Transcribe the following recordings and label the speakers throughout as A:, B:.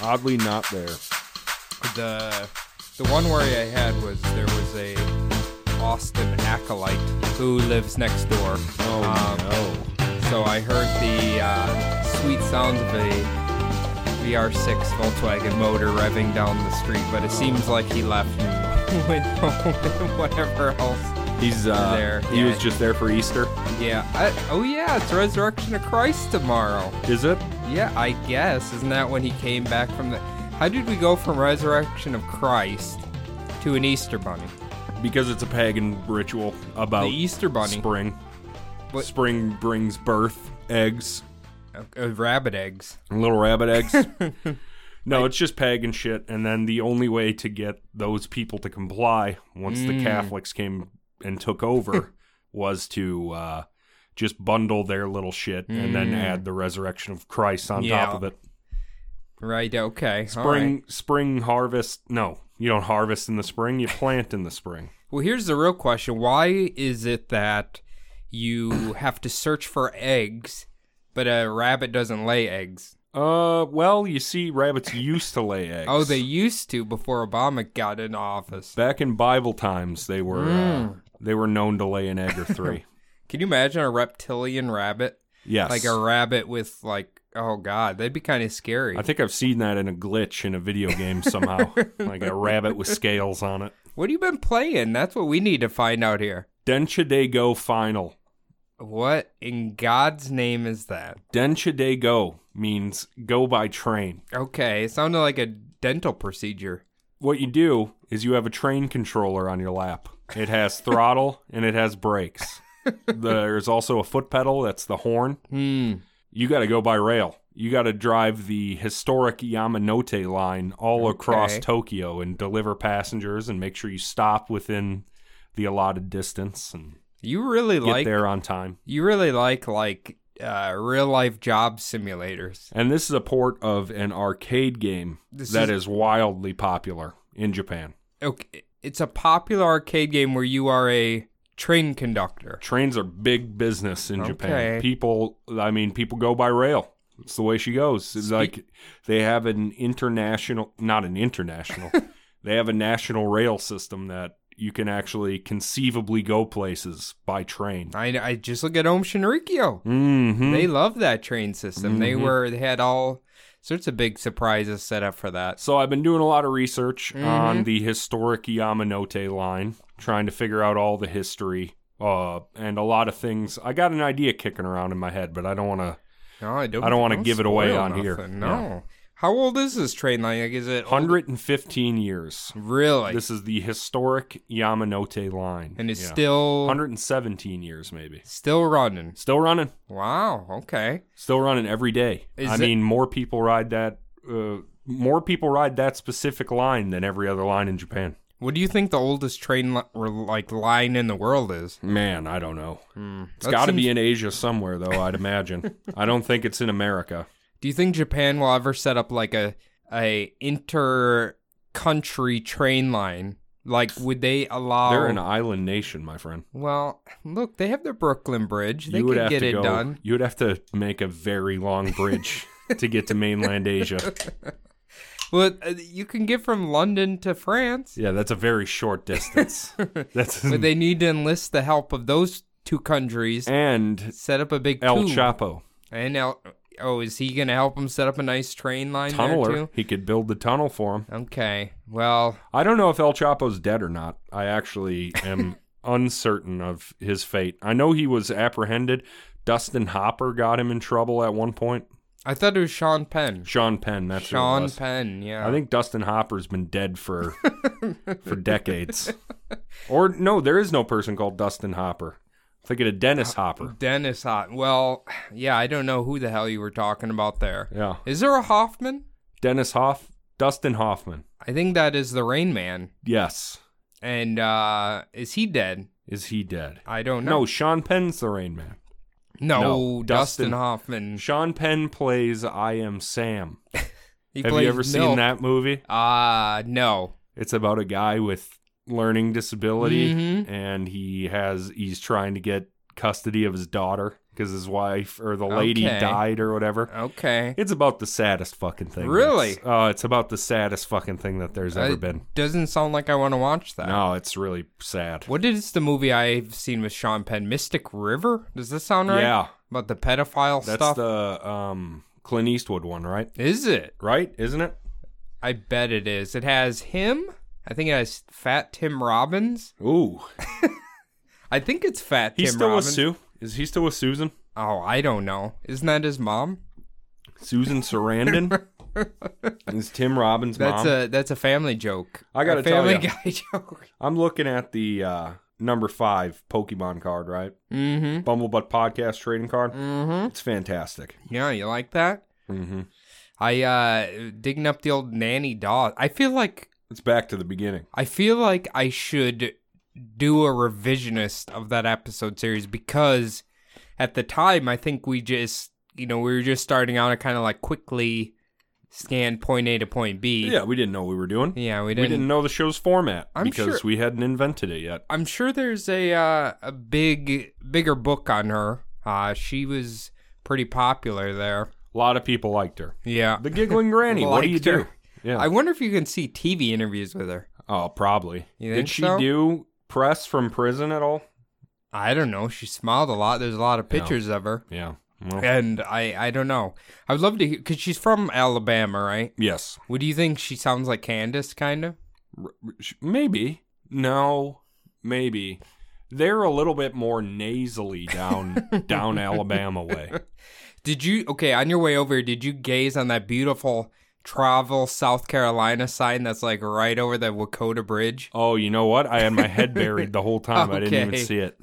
A: oddly not there.
B: The the one worry I had was there was a Austin acolyte who lives next door. Um,
A: Oh no.
B: So I heard the uh, sweet sounds of a VR6 Volkswagen motor revving down the street, but it seems like he left and went home and whatever else.
A: He's uh,
B: There,
A: He
B: yeah.
A: was just there for Easter.
B: Yeah. I, oh yeah, it's Resurrection of Christ tomorrow.
A: Is it?
B: Yeah, I guess. Isn't that when he came back from the? How did we go from Resurrection of Christ to an Easter bunny?
A: Because it's a pagan ritual about
B: The Easter bunny.
A: Oh, Spring.
B: What-
A: Spring brings birth, eggs,
B: Uh, uh, rabbit eggs.
A: little rabbit eggs. no, it's just pagan shit. And then the only way to get those people to comply once
B: Mm.
A: the Catholics came and took over was to uh, just bundle their little shit and then add the resurrection of Christ on
B: Mm. Yeah.
A: top of it.
B: Right. Okay. all
A: Spring,
B: right.
A: spring harvest. No, you don't harvest in the spring. You plant in the spring.
B: Well, here's the real question: Why is it that you have to search for eggs, but a rabbit doesn't lay eggs?
A: Uh, well, you see, rabbits used to lay eggs.
B: Oh, they used to before Obama got into office.
A: back in Bible times they were uh,
B: Mm.
A: they were known to lay an egg or three.
B: Can you imagine a reptilian rabbit?
A: yes,
B: Like a rabbit with like, oh god, that'd be kind of scary.
A: I think I've seen that in a glitch in a video game somehow, like a rabbit with scales on it.
B: What have you been playing? That's what we need to find out here.
A: Dencha de go final.
B: What in God's name is that?
A: Dencha de go means go by train.
B: Okay, it sounded like a dental procedure.
A: What you do is you have a train controller on your lap. It has throttle and it has brakes. There's also a foot pedal. That's the horn.
B: Hmm.
A: you got to go by rail. You got to drive the historic Yamanote line all across
B: Okay.
A: Tokyo and deliver passengers and make sure you stop within the allotted distance and
B: You really
A: get
B: like
A: there on time.
B: you really like like uh, real life job simulators.
A: And this is a port of an arcade game that
B: This
A: is
B: is-
A: wildly popular in Japan.
B: Okay, it's a popular arcade game where you are a train conductor.
A: Trains are big business in
B: Okay.
A: Japan. People, I mean, people go by rail. It's the way she goes. It's like they have an international, not an international, they have a national rail system that you can actually conceivably go places by train.
B: I, I just look at Om Shinrikyo.
A: Mm-hmm.
B: They love that train system. They
A: Mhm.
B: were they had all sorts of big surprises set up for that.
A: so I've been doing a lot of research on the historic Yamanote line, trying to figure out all the history uh, and a lot of things. I got an idea kicking around in my head, but I don't want to.
B: No, I don't.
A: I don't wanna give it away
B: spoil
A: on here.
B: nothing,
A: Yeah.
B: No. How old is this train line? Like, is it old-
A: 115 years.
B: Really?
A: This is the historic Yamanote line.
B: and it's
A: Yeah.
B: still
A: 117 years, maybe.
B: still running.
A: Still running.
B: Wow. Okay.
A: Still running every day.
B: Is
A: I
B: it-
A: mean, more people ride that. Uh, more people ride that specific line than every other line in Japan.
B: What do you think the oldest train li- or, like line in the world is?
A: Man, I don't know. Hmm, It's
B: That
A: got to
B: seems-
A: be in Asia somewhere, though. I'd imagine. I don't think it's in America.
B: Do you think Japan will ever set up like a a inter country train line? Like, would they allow?
A: They're an island nation, my friend.
B: well, look, they have the Brooklyn Bridge. They
A: you would
B: could
A: have
B: get
A: to
B: it
A: go,
B: done.
A: You would have to make a very long bridge to get to mainland Asia.
B: Well, uh, you can get from London to France.
A: Yeah, that's a very short distance. that's
B: But they need to enlist the help of those two countries.
A: and
B: set up a big
A: El
B: tube.
A: Chapo
B: And El. Oh, is he gonna help him set up a nice train line there
A: tunneler.
B: too?
A: He could build the tunnel for him.
B: Okay. Well,
A: I don't know if El Chapo's dead or not. I actually am uncertain of his fate. I know he was apprehended. Dustin Hopper got him in trouble at one point.
B: I thought it was Sean Penn.
A: Sean Penn, that's who it
B: Sean
A: was.
B: Penn. Yeah.
A: I think Dustin Hopper's been dead for for decades. Or no, there is no person called Dustin Hopper. I'm thinking of Dennis Hopper.
B: Dennis Hot. Well, yeah, I don't know who the hell you were talking about there.
A: Yeah.
B: Is there a Hoffman?
A: Dennis Hoff Dustin Hoffman.
B: I think that is the Rain Man.
A: Yes.
B: And uh is he dead?
A: Is he dead?
B: I don't
A: No,
B: know.
A: Sean Penn's the Rain Man.
B: No,
A: no,
B: Dustin,
A: Dustin-
B: Hoffman.
A: Mm-hmm. Sean Penn plays I Am Sam.
B: He
A: Have
B: plays
A: you ever seen
B: Milk.
A: that movie?
B: Uh no.
A: It's about a guy with learning disability
B: Mhm.
A: and he has he's trying to get custody of his daughter because his wife or the lady
B: Okay.
A: died or whatever.
B: Okay.
A: It's about the saddest fucking thing.
B: Really?
A: It's, uh, it's about the saddest fucking thing that there's ever
B: I-
A: been.
B: Doesn't sound like I want to watch that.
A: No, it's really sad.
B: What is the movie I've seen with Sean Penn? Mystic River? Does this sound right?
A: Yeah,
B: About the pedophile
A: that's
B: stuff?
A: the um, Clint Eastwood one, right?
B: Is it?
A: Right? Isn't it?
B: I bet it is. It has him. I think it has Fat Tim Robbins.
A: Ooh,
B: I think it's Fat
A: he's
B: Tim
A: still
B: Robbins.
A: with Sue. Is he still with Susan?
B: Oh, I don't know. Isn't that his mom?
A: Susan Sarandon is Tim Robbins'
B: That's
A: mom.
B: a that's a family joke.
A: I gotta
B: a family
A: tell ya.
B: guy joke.
A: I'm looking at the uh, number five Pokemon card, right?
B: Mm-hmm.
A: Bumblebutt podcast trading card.
B: Mm-hmm.
A: It's fantastic.
B: Yeah, you like that?
A: Mm-hmm.
B: I uh digging up the old nanny Dawes. I feel like
A: It's back to the beginning.
B: I feel like I should do a revisionist of that episode series because at the time I think we just you know we were just starting out and kind of like quickly scan point A to point B.
A: Yeah, we didn't know what we were doing.
B: Yeah, we
A: We
B: didn't.
A: didn't know the show's format
B: I'm
A: because
B: sure-
A: we hadn't invented it yet.
B: I'm sure there's a uh, a big bigger book on her. Uh, she was pretty popular there.
A: A lot of people liked her.
B: Yeah.
A: The giggling granny. what do you
B: Liked
A: do?
B: her.
A: Yeah.
B: I wonder if you can see TV interviews with her.
A: Oh, probably.
B: You think
A: Did she
B: so?
A: do press from prison at all?
B: I don't know. She smiled a lot. There's a lot of pictures of her.
A: Yeah. Well,
B: And I, I don't know. I would love to hear, because she's from Alabama, right?
A: yes.
B: Would you think she sounds like Candace, kind of?
A: Sh- Maybe. No. Maybe. They're a little bit more nasally down down Alabama way.
B: Did you, okay, on your way over, did you gaze on that beautiful travel South Carolina sign that's like right over the Wakota Bridge?
A: Oh, you know what? I had my head buried the whole time. I didn't
B: Okay.
A: even see it.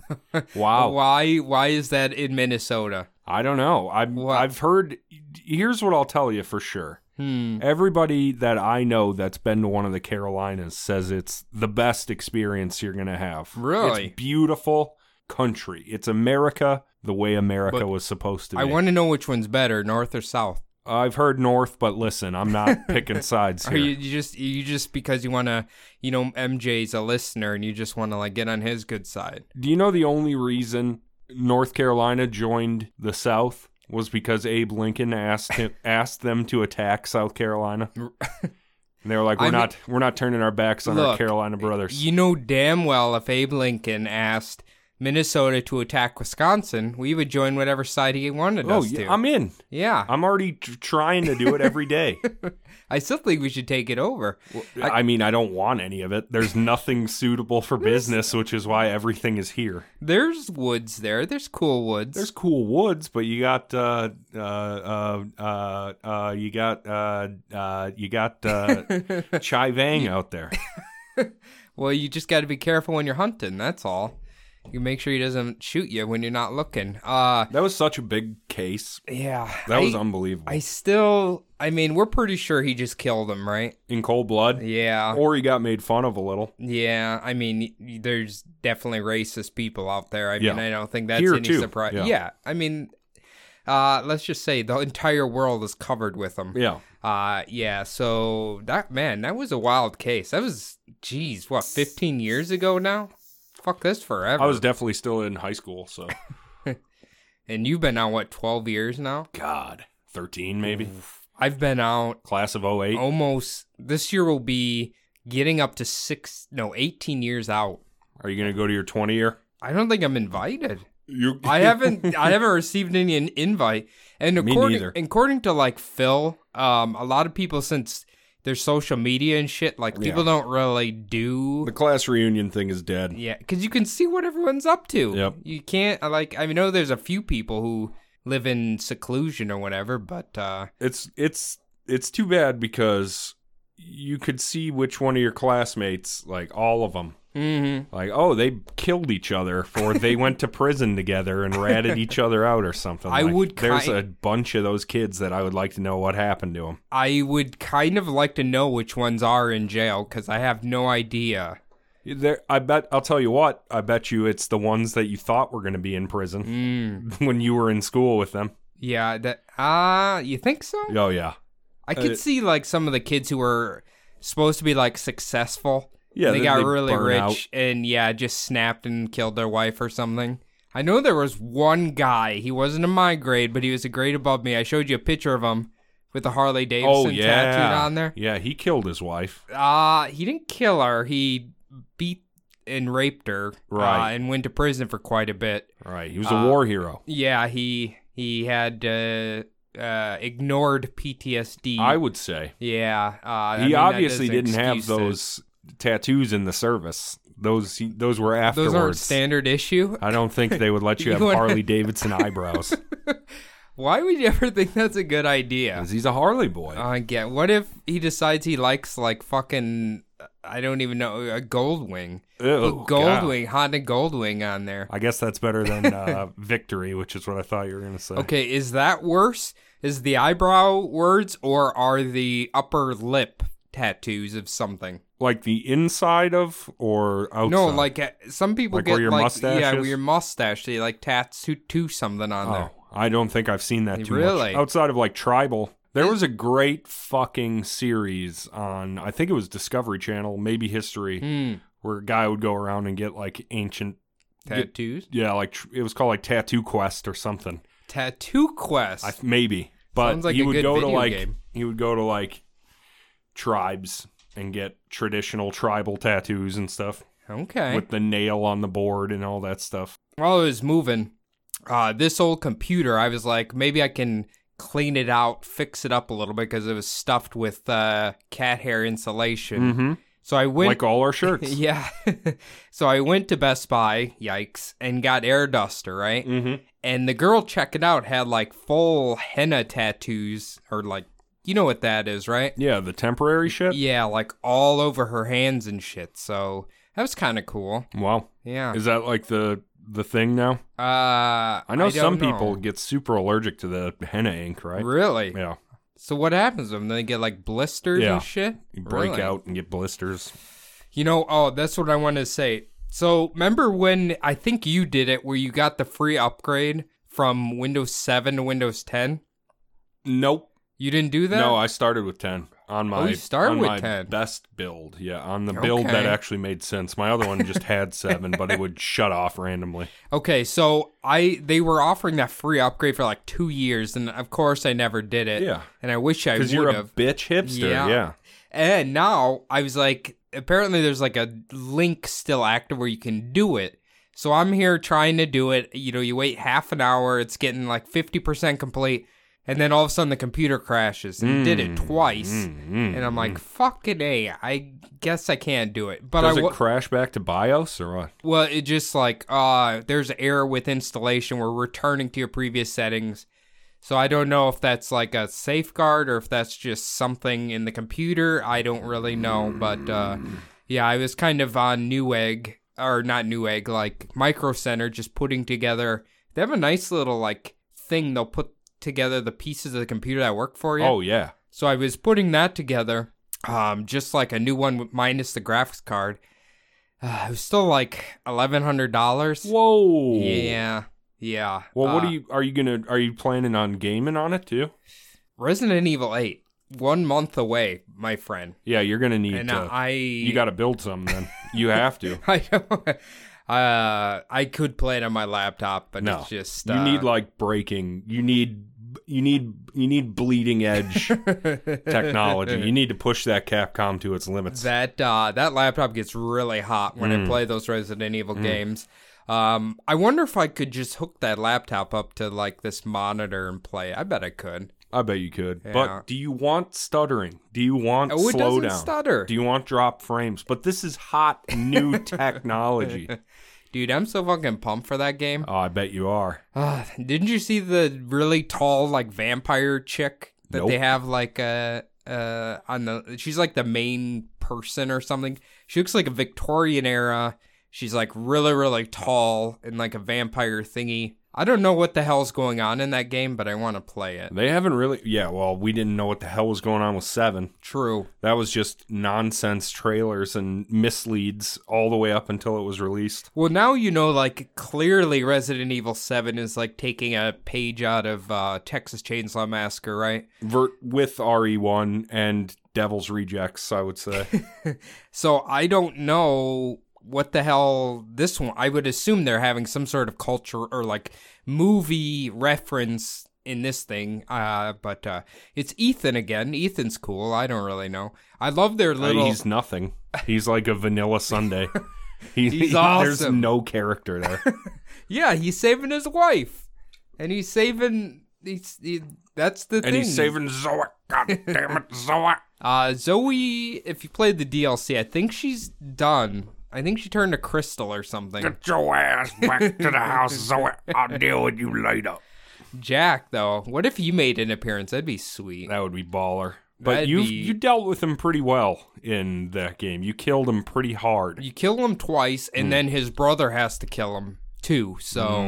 A: Wow.
B: Why, why is that in Minnesota?
A: I don't know. I
B: What?
A: I've heard. Here's what I'll tell you for sure.
B: Hmm.
A: Everybody that I know that's been to one of the Carolinas says it's the best experience you're gonna have.
B: Really?
A: it's beautiful country. It's America the way America was supposed to be.
B: I want to know which one's better, north or south.
A: I've heard North, but listen, I'm not picking sides
B: Are
A: here.
B: you, you just you just because you want to, you know, MJ's a listener and you just want to like get on his good side.
A: Do you know the only reason North Carolina joined the South was because Abe Lincoln asked him, asked them to attack South Carolina? And they were like, "We're
B: I mean-
A: not we're not turning our backs on our
B: Look,
A: Carolina brothers."
B: You know damn well if Abe Lincoln asked Minnesota to attack Wisconsin, we would join whatever side he wanted
A: oh,
B: us to.
A: yeah, I'm in.
B: yeah,
A: I'm already tr- trying to do it every day.
B: I still think we should take it over.
A: I, mean, I don't want any of it. There's nothing suitable for business, which is why everything is here.
B: There's woods there. There's cool woods.
A: There's cool woods, but you got uh uh uh uh, uh you got uh uh you got uh Chai Vang out there.
B: well, you just got to be careful when you're hunting. That's all. You make sure he doesn't shoot you when you're not looking. Uh,
A: That was such a big case.
B: yeah.
A: That was
B: I-
A: unbelievable.
B: I still, I mean, we're pretty sure he just killed him, right?
A: In cold blood.
B: Yeah.
A: Or he got made fun of a little.
B: Yeah. I mean, y- y- there's definitely racist people out there. I mean,
A: Yeah.
B: I don't think that's
A: Here,
B: any
A: too.
B: surprise.
A: Yeah.
B: Yeah. I mean, uh, let's just say the entire world is covered with them.
A: Yeah.
B: Uh, yeah. So that, man, that was a wild case. That was, geez, what, 15 years ago now? Fuck this forever.
A: I was definitely still in high school, so
B: and you've been out, what, 12 years now?
A: God. Thirteen maybe.
B: Mm. I've been out
A: Class of 08.
B: Oh. almost this year will be getting up to six no 18 years out
A: Are you gonna go to your twenty year?
B: i don't think i'm invited
A: You
B: i haven't i haven't received any in- invite and
A: Me
B: according
A: neither.
B: according to like phil um a lot of people since their social media and shit like people don't really do
A: the class reunion thing is dead.
B: yeah because you can see what everyone's up to
A: Yep.
B: you can't I like i know there's a few people who live in seclusion or whatever but uh
A: It's it's it's too bad because you could see which one of your classmates, like all of them,
B: mhm.
A: like oh they killed each other or they went to prison together and ratted each other out or something.
B: I
A: Like,
B: would
A: There's
B: ki-
A: a bunch of those kids that I would like to know what happened to them.
B: I would kind of like to know which ones are in jail because I have no idea.
A: There, I bet. I'll tell you what. I bet you it's the ones that you thought were going to be in prison
B: Mm.
A: when you were in school with them.
B: Yeah, that ah, you think so?
A: Oh yeah,
B: I could
A: Uh,
B: see like some of the kids who were supposed to be like successful.
A: yeah.
B: they
A: then
B: got really
A: burn out.
B: rich and yeah, just snapped and killed their wife or something. I know there was one guy. He wasn't in my grade, but he was a grade above me. I showed you a picture of him with the Harley Davidson
A: oh yeah,
B: tattooed on there.
A: yeah. He killed his wife.
B: Uh, he didn't kill her. He beat and raped her. uh,
A: Right.
B: and went to prison for quite a bit.
A: Right, he was
B: Uh,
A: a war hero.
B: Yeah, he he had uh, uh, ignored PTSD.
A: I would say
B: yeah, uh, I
A: he
B: mean, that
A: obviously
B: doesn't
A: didn't have
B: excuse
A: those tattoos in the service. Those he, those were
B: it. Those
A: afterwards.
B: aren't standard issue.
A: I don't think they would let you,
B: You
A: have
B: wanna-
A: Harley Davidson eyebrows.
B: Why would you ever think that's a good idea?
A: 'Cause he's a Harley boy.
B: I get. What if he decides he likes like fucking I don't even know a Goldwing.
A: Ew,
B: Put
A: Oh, God.
B: Goldwing, Honda Goldwing on there.
A: I guess that's better than uh, victory, which is what I thought you were going to say.
B: Okay, is that worse? Is the eyebrow words or are the upper lip tattoos of something?
A: Like the inside of or outside?
B: No, like uh, some people
A: Like
B: get
A: where your
B: like
A: mustache
B: yeah, where
A: is?
B: your mustache they like tattoo to something on
A: Oh,
B: there.
A: I don't think I've seen that too
B: Really?
A: much. Outside of like tribal. There was a great fucking series on, I think it was Discovery Channel, maybe History,
B: Hmm.
A: where a guy would go around and get like ancient,
B: Tattoos.
A: yeah, like tr- it was called like Tattoo Quest or something.
B: Tattoo quest.
A: I, maybe. But
B: Sounds like
A: he
B: a
A: would
B: good
A: go to
B: video
A: like
B: game.
A: he would go to like tribes and get traditional tribal tattoos and stuff
B: okay.
A: with the nail on the board and all that stuff.
B: while I was moving, uh, this old computer, I was like, maybe I can clean it out, fix it up a little bit because it was stuffed with uh, cat hair insulation.
A: Mm-hmm.
B: So I went.
A: Like all our shirts.
B: yeah. so I went to Best Buy, yikes, and got air duster, right?
A: Mm-hmm.
B: And the girl checking out had like full henna tattoos, or like, you know what that is, right?
A: Yeah, the temporary shit.
B: Yeah, like all over her hands and shit. So that was kind of cool.
A: Wow.
B: Yeah.
A: Is that like the the thing now?
B: Uh,
A: I know
B: don't
A: some people
B: know.
A: get super allergic to the henna ink, right?
B: Really?
A: Yeah.
B: So what happens to them? They get like blisters
A: Yeah.
B: and shit.
A: You break
B: Really?
A: out and get blisters.
B: You know, oh, that's what I wanted to say. So remember when I think you did it, where you got the free upgrade from Windows Seven to Windows Ten?
A: Nope.
B: You didn't do that. Oh,
A: No, I started with 10 on my
B: you started
A: on
B: with
A: my
B: 10.
A: best build. Yeah, on the build
B: Okay.
A: that actually made sense. My other one just had 7, but it would shut off randomly.
B: Okay, so I they were offering that free upgrade for like two years, and of course I never did it.
A: Yeah.
B: And I wish I would
A: Cuz you're a
B: have.
A: bitch hipster.
B: Yeah.
A: Yeah.
B: And now I was like, apparently there's like a link still active where you can do it. So I'm here trying to do it. You know, you wait half an hour, it's getting like 50% complete. And then all of a sudden the computer crashes and did it twice.
A: Mm, mm.
B: And I'm like, fucking A, I guess I can't do it. But I
A: Does
B: w-
A: it crash back to BIOS or what?
B: well, it just like, uh, there's an error with installation. We're returning to your previous settings. So I don't know if that's like a safeguard or if that's just something in the computer. I don't really know. But uh, yeah, I was kind of on Newegg, or not Newegg, like Micro Center, just putting together. They have a nice little like thing they'll put together the pieces of the computer that work for you.
A: Oh yeah.
B: So I was putting that together, um, just like a new one with- minus the graphics card. Uh, it was still like eleven hundred dollars.
A: Whoa.
B: Yeah, yeah.
A: Well, what
B: Uh,
A: are you are you going to are you planning on gaming on it too?
B: Resident Evil Eight, one month away, my friend,
A: Yeah, you're going to need
B: and uh,
A: to
B: I
A: You got to build some then. You have to.
B: I don't- uh, I could play it on my laptop, but
A: No.
B: it's just uh,
A: You need like breaking. You need you need you need bleeding edge
B: uh,
A: technology. You need to push that Capcom to its limits.
B: That uh, that laptop gets really hot when
A: Mm.
B: I play those Resident Evil games. Um, I wonder if I could just hook that laptop up to like this monitor and play. I bet I could.
A: I bet you could.
B: Yeah.
A: But do you want stuttering? Do you want
B: Oh, it
A: slow
B: doesn't
A: down?
B: stutter,
A: Do you want drop frames? But this is hot new technology.
B: dude. I'm so fucking pumped for that game.
A: Oh, I bet you are.
B: Ah, didn't you see the really tall like vampire chick that
A: Nope.
B: they have like uh uh on the she's like the main person or something. She looks like a Victorian era. She's like really really tall and like a vampire thingy. I don't know what the hell's going on in that game, but I want to play it.
A: They haven't really Yeah, well, we didn't know what the hell was going on with 7.
B: True.
A: That was just nonsense trailers and misleads all the way up until it was released.
B: Well, now you know like clearly Resident Evil 7 is like taking a page out of uh Texas Chainsaw Massacre, right?
A: Ver- with E RE1 and Devil's Rejects, I would say.
B: So I don't know what the hell this one? I would assume they're having some sort of culture or like movie reference in this thing. Uh, but uh, it's Ethan again. Ethan's cool. I don't really know. I love their
A: Uh,
B: little.
A: He's nothing. He's like a vanilla Sunday.
B: He's
A: There's
B: awesome.
A: no character there.
B: yeah, he's saving his wife, and he's saving. He's he, that's the thing.
A: And he's saving Zoe. God damn it, Zoe.
B: Uh, Zoe, if you played the DLC, I think she's done. I think she turned to crystal or something.
A: Get your ass back to the house, Zoe. I'll deal with you later.
B: Jack, though, what if you made an appearance? That'd be sweet.
A: That would be baller. But
B: That'd
A: you
B: be-
A: you dealt with him pretty well in that game. You killed him pretty hard.
B: You kill him twice, and then his brother has to kill him too. So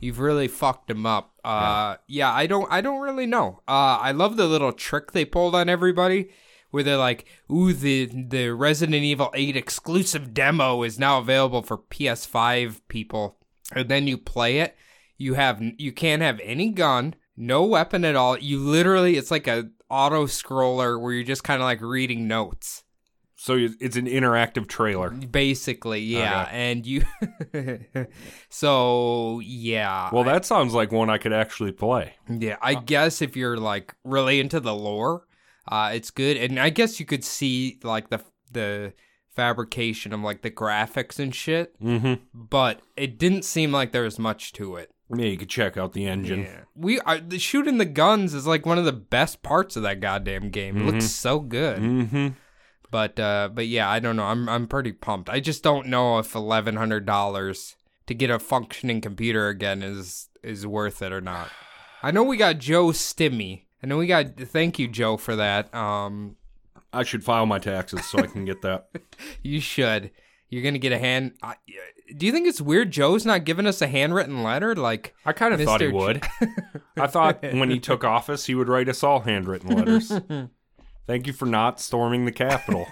B: you've really fucked him up. Uh, yeah. I don't, I don't really know. Uh, I love the little trick they pulled on everybody, where they're like, "Ooh, the the Resident Evil Eight exclusive demo is now available for PS5 people," and then you play it. You have, you can't have any gun, no weapon at all. You literally, it's like a auto scroller where you're just kind of like reading notes.
A: So you- it's an interactive trailer.
B: Basically, yeah. And you So, yeah.
A: Well, that Uh. sounds like one I could actually play.
B: yeah, I guess if you're like really into the lore, uh it's good. And I guess you could see like the the fabrication of like the graphics and shit,
A: Mm-hmm.
B: but it didn't seem like there was much to it.
A: Yeah, you could check out the engine.
B: We are the shooting the guns is like one of the best parts of that goddamn game. It looks so good.
A: Mm-hmm.
B: But uh, but yeah, I don't know. I'm I'm pretty pumped. I just don't know if eleven hundred dollars to get a functioning computer again is is worth it or not. I know we got Joe Stimmy. I know we got. Thank you, Joe, for that. Um,
A: I should file my taxes so I can get that.
B: you should. You're gonna get a hand. I, do you think it's weird Joe's not giving us a handwritten letter? Like
A: I kind of thought he
B: Mr. Ch-
A: would. I thought when he took office, he would write us all handwritten letters. Thank you for not storming the Capitol.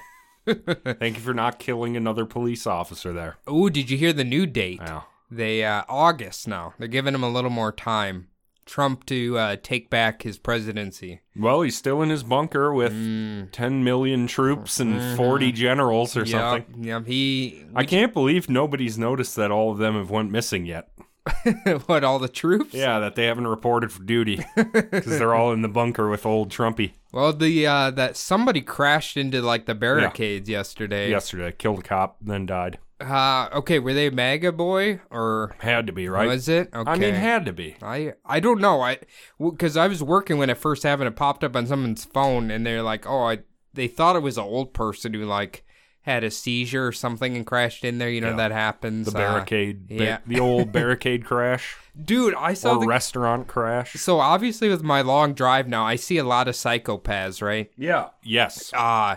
A: Thank you for not killing another police officer there.
B: oh, did you hear the new date?
A: Wow.
B: They uh, August now. They're giving him a little more time. Trump to uh, take back his presidency.
A: Well, he's still in his bunker with
B: Mm.
A: 10 million troops
B: Mm-hmm.
A: and 40 generals or
B: Yeah,
A: something.
B: yeah. He
A: I can't believe nobody's noticed that all of them have went missing yet.
B: what all the troops?
A: Yeah, that they haven't reported for duty because they're all in the bunker with old Trumpy
B: Well, the uh, that somebody crashed into like the barricades yesterday.
A: yesterday. Killed a cop, then died.
B: Uh, okay, were they MAGA boy or
A: Had to be, right?
B: was it? Okay.
A: I mean, had to be.
B: I I don't know. I because I was working when it first happened. It popped up on someone's phone, and they're like, "Oh, I." They thought it was an old person who like had a seizure or something and crashed in there. You know that happens.
A: The
B: uh,
A: barricade, ba-
B: yeah.
A: the old barricade crash
B: dude. I saw
A: or
B: the.
A: restaurant crash.
B: so obviously, with my long drive now, I see a lot of psychopaths, right?
A: Yeah. Yes.
B: uh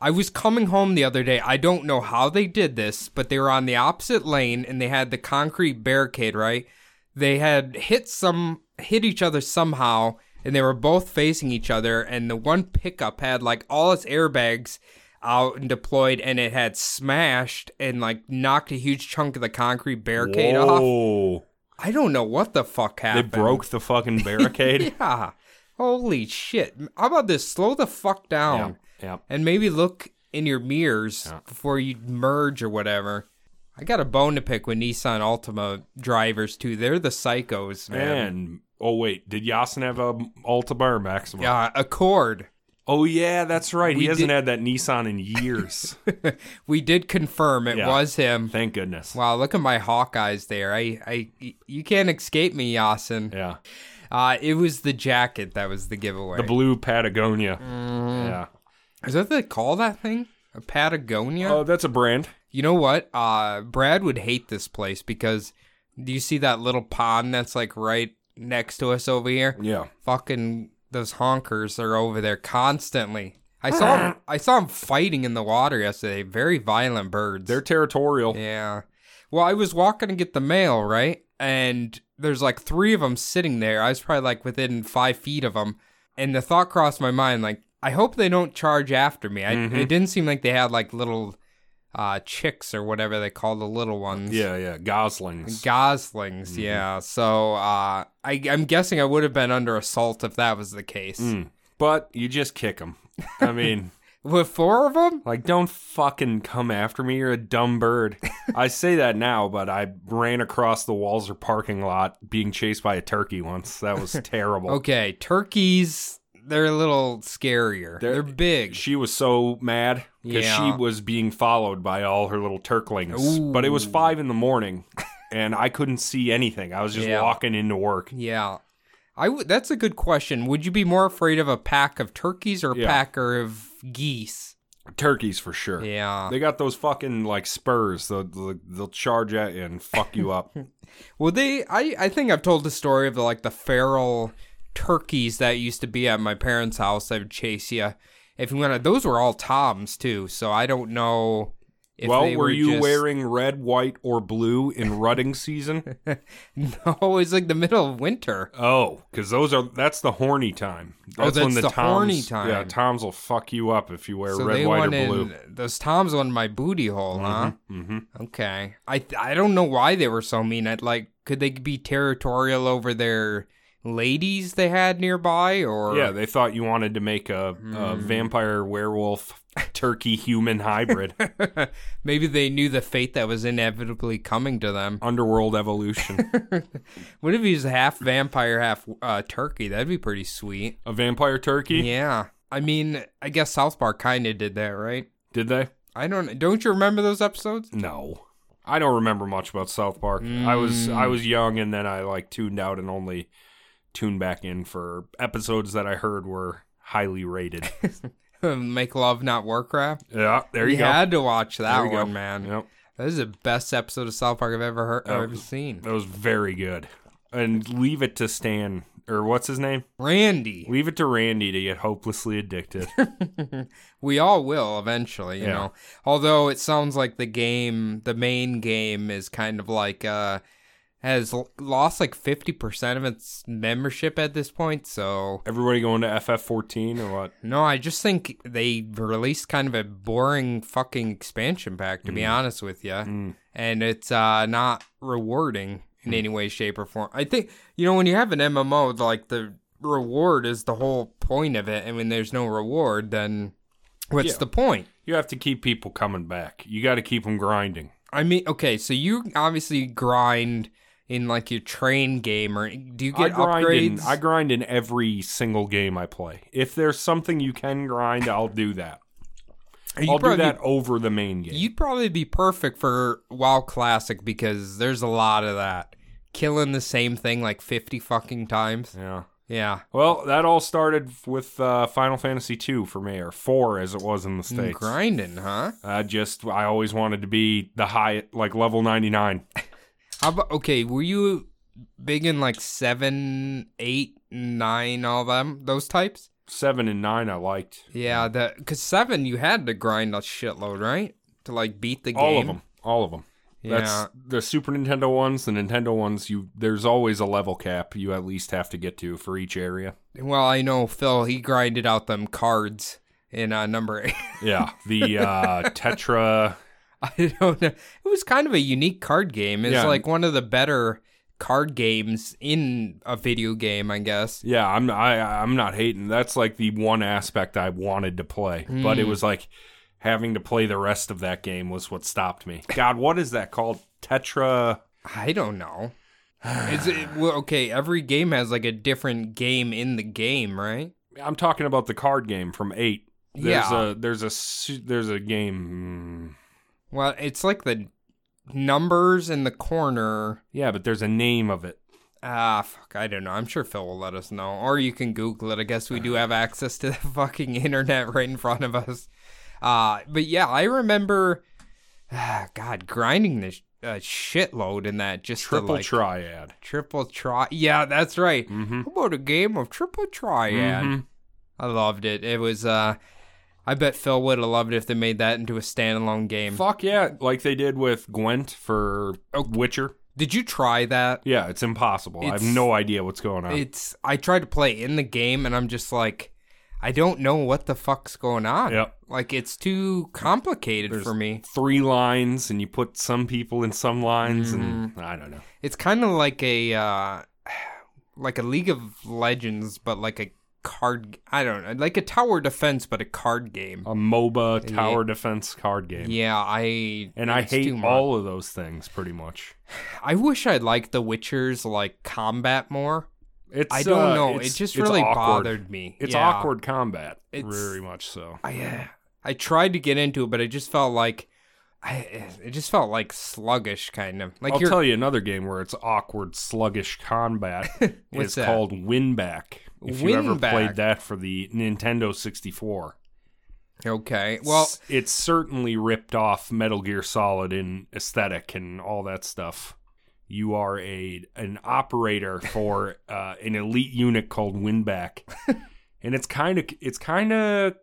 B: I was coming home the other day. I don't know how they did this, but they were on the opposite lane and they had the concrete barricade, right? They had hit some hit each other somehow and they were both facing each other and the one pickup had like all its airbags out and deployed and it had smashed and like knocked a huge chunk of the concrete barricade off.
A: Whoa!
B: I don't know what the fuck
A: They
B: happened.
A: broke the fucking barricade.
B: Yeah. Holy shit. How about this? Slow the fuck down
A: yeah.
B: and maybe look in your mirrors before you merge or whatever. I got a bone to pick with Nissan Altima drivers too. They're the psychos, man.
A: And oh wait, did Yasin have a Altima or Maxima?
B: Yeah, Accord.
A: Oh yeah, that's right. he
B: We
A: hasn't
B: did-
A: had that Nissan in years.
B: We did confirm it
A: Yeah.
B: was him.
A: Thank goodness.
B: Wow, look at my hawk eyes there. I, I, y- you can't escape me, Yasin.
A: Yeah.
B: Uh, it was the jacket that was the giveaway.
A: The blue Patagonia.
B: Mm-hmm.
A: Yeah.
B: Is that what they call that thing? A Patagonia?
A: Oh, that's a brand.
B: You know what? Uh, Brad would hate this place because do you see that little pond that's like right next to us over here?
A: Yeah.
B: Fucking those honkers are over there constantly. I saw 'em- I saw them fighting in the water yesterday. Very violent birds.
A: They're territorial.
B: yeah. Well, I was walking to get the mail, right? And there's like three of them sitting there. I was probably like within five feet of them, and the thought crossed my mind like, I hope they don't charge after me. I,
A: Mm-hmm.
B: It didn't seem like they had like little uh, chicks or whatever they call the little ones.
A: Yeah, yeah. Goslings. Mm-hmm.
B: Goslings, yeah. So uh, I, I'm guessing I would have been under assault if that was the case.
A: Mm. But you just kick them. I mean,
B: With four of them?
A: Like, don't fucking come after me. You're a dumb bird. I say that now, but I ran across the Walzer parking lot being chased by a turkey once. That was terrible.
B: Okay, turkeys, they're a little scarier. They're,
A: They're-
B: big.
A: She was so mad because
B: Yeah.
A: she was being followed by all her little turklings. But it was
B: Ooh.
A: five in the morning, and I couldn't see anything. I was just
B: Yeah.
A: walking into work.
B: yeah. I w- that's a good question. Would you be more afraid of a pack of turkeys or a
A: Yeah.
B: packer of geese?
A: Turkeys for sure.
B: Yeah.
A: They got those fucking like spurs. They'll, they'll, they'll charge at you and fuck you up.
B: Well, they I I think I've told the story of the like the feral turkeys that used to be at my parents' house that would chase you. If you want to, those were all toms too. So I don't know. If
A: well,
B: they
A: were you
B: just-
A: wearing red, white, or blue in rutting season?
B: No, it's like the middle of winter.
A: Oh, because those are that's the horny time.
B: Oh,
A: That's when
B: that's
A: the,
B: the
A: toms,
B: horny time.
A: Yeah, toms will fuck you up if you wear
B: So
A: red,
B: they
A: white,
B: went
A: or blue.
B: in those toms on my booty hole, huh?
A: hmm
B: Okay. I th- I don't know why they were so mean. I'd like could they be territorial over their ladies they had nearby or
A: Yeah, they thought you wanted to make a, a
B: Mm.
A: vampire, werewolf, turkey, human hybrid.
B: Maybe they knew the fate that was inevitably coming to them.
A: Underworld evolution.
B: What if he's half vampire, half uh, turkey? That'd be pretty sweet.
A: A vampire turkey?
B: Yeah. I mean, I guess South Park kind of did that, right?
A: Did they?
B: I don't. Don't you remember those episodes?
A: No. I don't remember much about South Park. I was
B: Hmm.
A: I was young and then I like tuned out and only tuned back in for episodes that I heard were highly rated.
B: Make love, not Warcraft.
A: yeah, there
B: We
A: you go.
B: had to watch that
A: There you go.
B: one, man.
A: Yep.
B: That is the best episode of South Park I've ever heard,
A: That
B: ever
A: was-
B: seen.
A: That was very good. And leave it to Stan or what's his name?
B: Randy.
A: Leave it to Randy to get hopelessly addicted.
B: We all will eventually, you
A: Yeah.
B: know. Although it sounds like the game, the main game, is kind of like uh has l- lost like fifty percent of its membership at this point. So
A: Everybody going to FF14 or what?
B: no, I just think they released kind of a boring fucking expansion pack, to be honest with you,
A: Mm.
B: and it's uh not rewarding in any way, shape, or form. I think you know when you have an MMO, like the reward is the whole point of it, and when there's no reward, then what's
A: Yeah.
B: the point?
A: You have to keep people coming back. You got to keep them grinding.
B: I mean, okay, so you obviously grind in like your train game, or do you
A: I
B: get
A: grind
B: upgrades?
A: in I grind in every single game I play. If there's something you can grind, I'll do that.
B: You
A: I'll do
B: probably-
A: that over the main game.
B: You'd probably be perfect for WoW Classic because there's a lot of that, killing the same thing like fifty fucking times.
A: yeah.
B: Yeah,
A: Well, that all started with uh, Final Fantasy two for me, or four as it was in the
B: Mm,
A: states.
B: grinding, huh?
A: I just I always wanted to be the high like level ninety nine.
B: How about okay? Were you big in like seven, eight, nine, all them those types?
A: Seven and nine I liked.
B: Yeah, that because seven you had to grind a shitload, right? To like beat the game.
A: All of them. All of them.
B: Yeah.
A: That's the Super Nintendo ones, the Nintendo ones. You there's always a level cap you at least have to get to for each area.
B: Well, I know Phil. He grinded out them cards in uh, number eight.
A: Yeah, the uh, Tetra.
B: I don't know. It was kind of a unique card game. It's
A: Yeah.
B: like one of the better card games in a video game, I guess.
A: Yeah, I'm I I'm not hating. That's like the one aspect I wanted to play, but it
B: Mm.
A: was like having to play the rest of that game was what stopped me. God, what is that called? Tetra.
B: I don't know. Is it well, okay? Every game has like a different game in the game, right?
A: I'm talking about the card game from eight. There's
B: Yeah.
A: a there's a su- there's a game. mm,
B: Well, it's like the numbers in the corner.
A: Yeah, but there's a name of it.
B: Ah, fuck. I don't know. I'm sure Phil will let us know. Or you can Google it. I guess we do have access to the fucking internet right in front of us. Uh, but yeah, I remember, ah, God, grinding this uh, shitload in that just to,
A: Triple
B: like,
A: Triad.
B: triple try. Yeah, that's right.
A: Mm-hmm.
B: How about a game of triple triad?
A: Mhm.
B: I loved it. It was, uh, I bet Phil would have loved it if they made that into a standalone game.
A: Fuck yeah, like they did with Gwent for Witcher.
B: Did you try that?
A: Yeah, it's impossible. I have
B: It's-
A: no idea what's going on.
B: it's I tried to play in the game and I'm just like I don't know what the fuck's going on.
A: Yep.
B: Like it's too complicated for me.
A: Three lines, and you put some people in some lines,
B: Mm-hmm.
A: and I don't know.
B: It's kind of like a uh like a League of Legends but like a card. I don't know, like a tower defense, but a card game.
A: A MOBA tower defense card game.
B: Yeah, I
A: And I
B: it's too
A: hate
B: much.
A: all of those things pretty much.
B: I wish I liked The Witcher's like combat more.
A: It's
B: I don't
A: uh,
B: know. It
A: it's-
B: just
A: it's
B: really
A: awkward.
B: bothered me.
A: It's
B: Yeah.
A: awkward combat,
B: It's-
A: very much so.
B: I uh, I tried to get into it, but I just felt like I it just felt like sluggish, kind of like
A: I'll
B: you're
A: tell you another game where it's awkward, sluggish combat.
B: What's
A: it's
B: that?
A: called Winback. If you ever
B: Winback.
A: played that for the Nintendo 64.
B: okay. Well,
A: S- it certainly ripped off Metal Gear Solid in aesthetic and all that stuff. You are a an operator for uh, an elite unit called Winback, and it's kind of it's kind of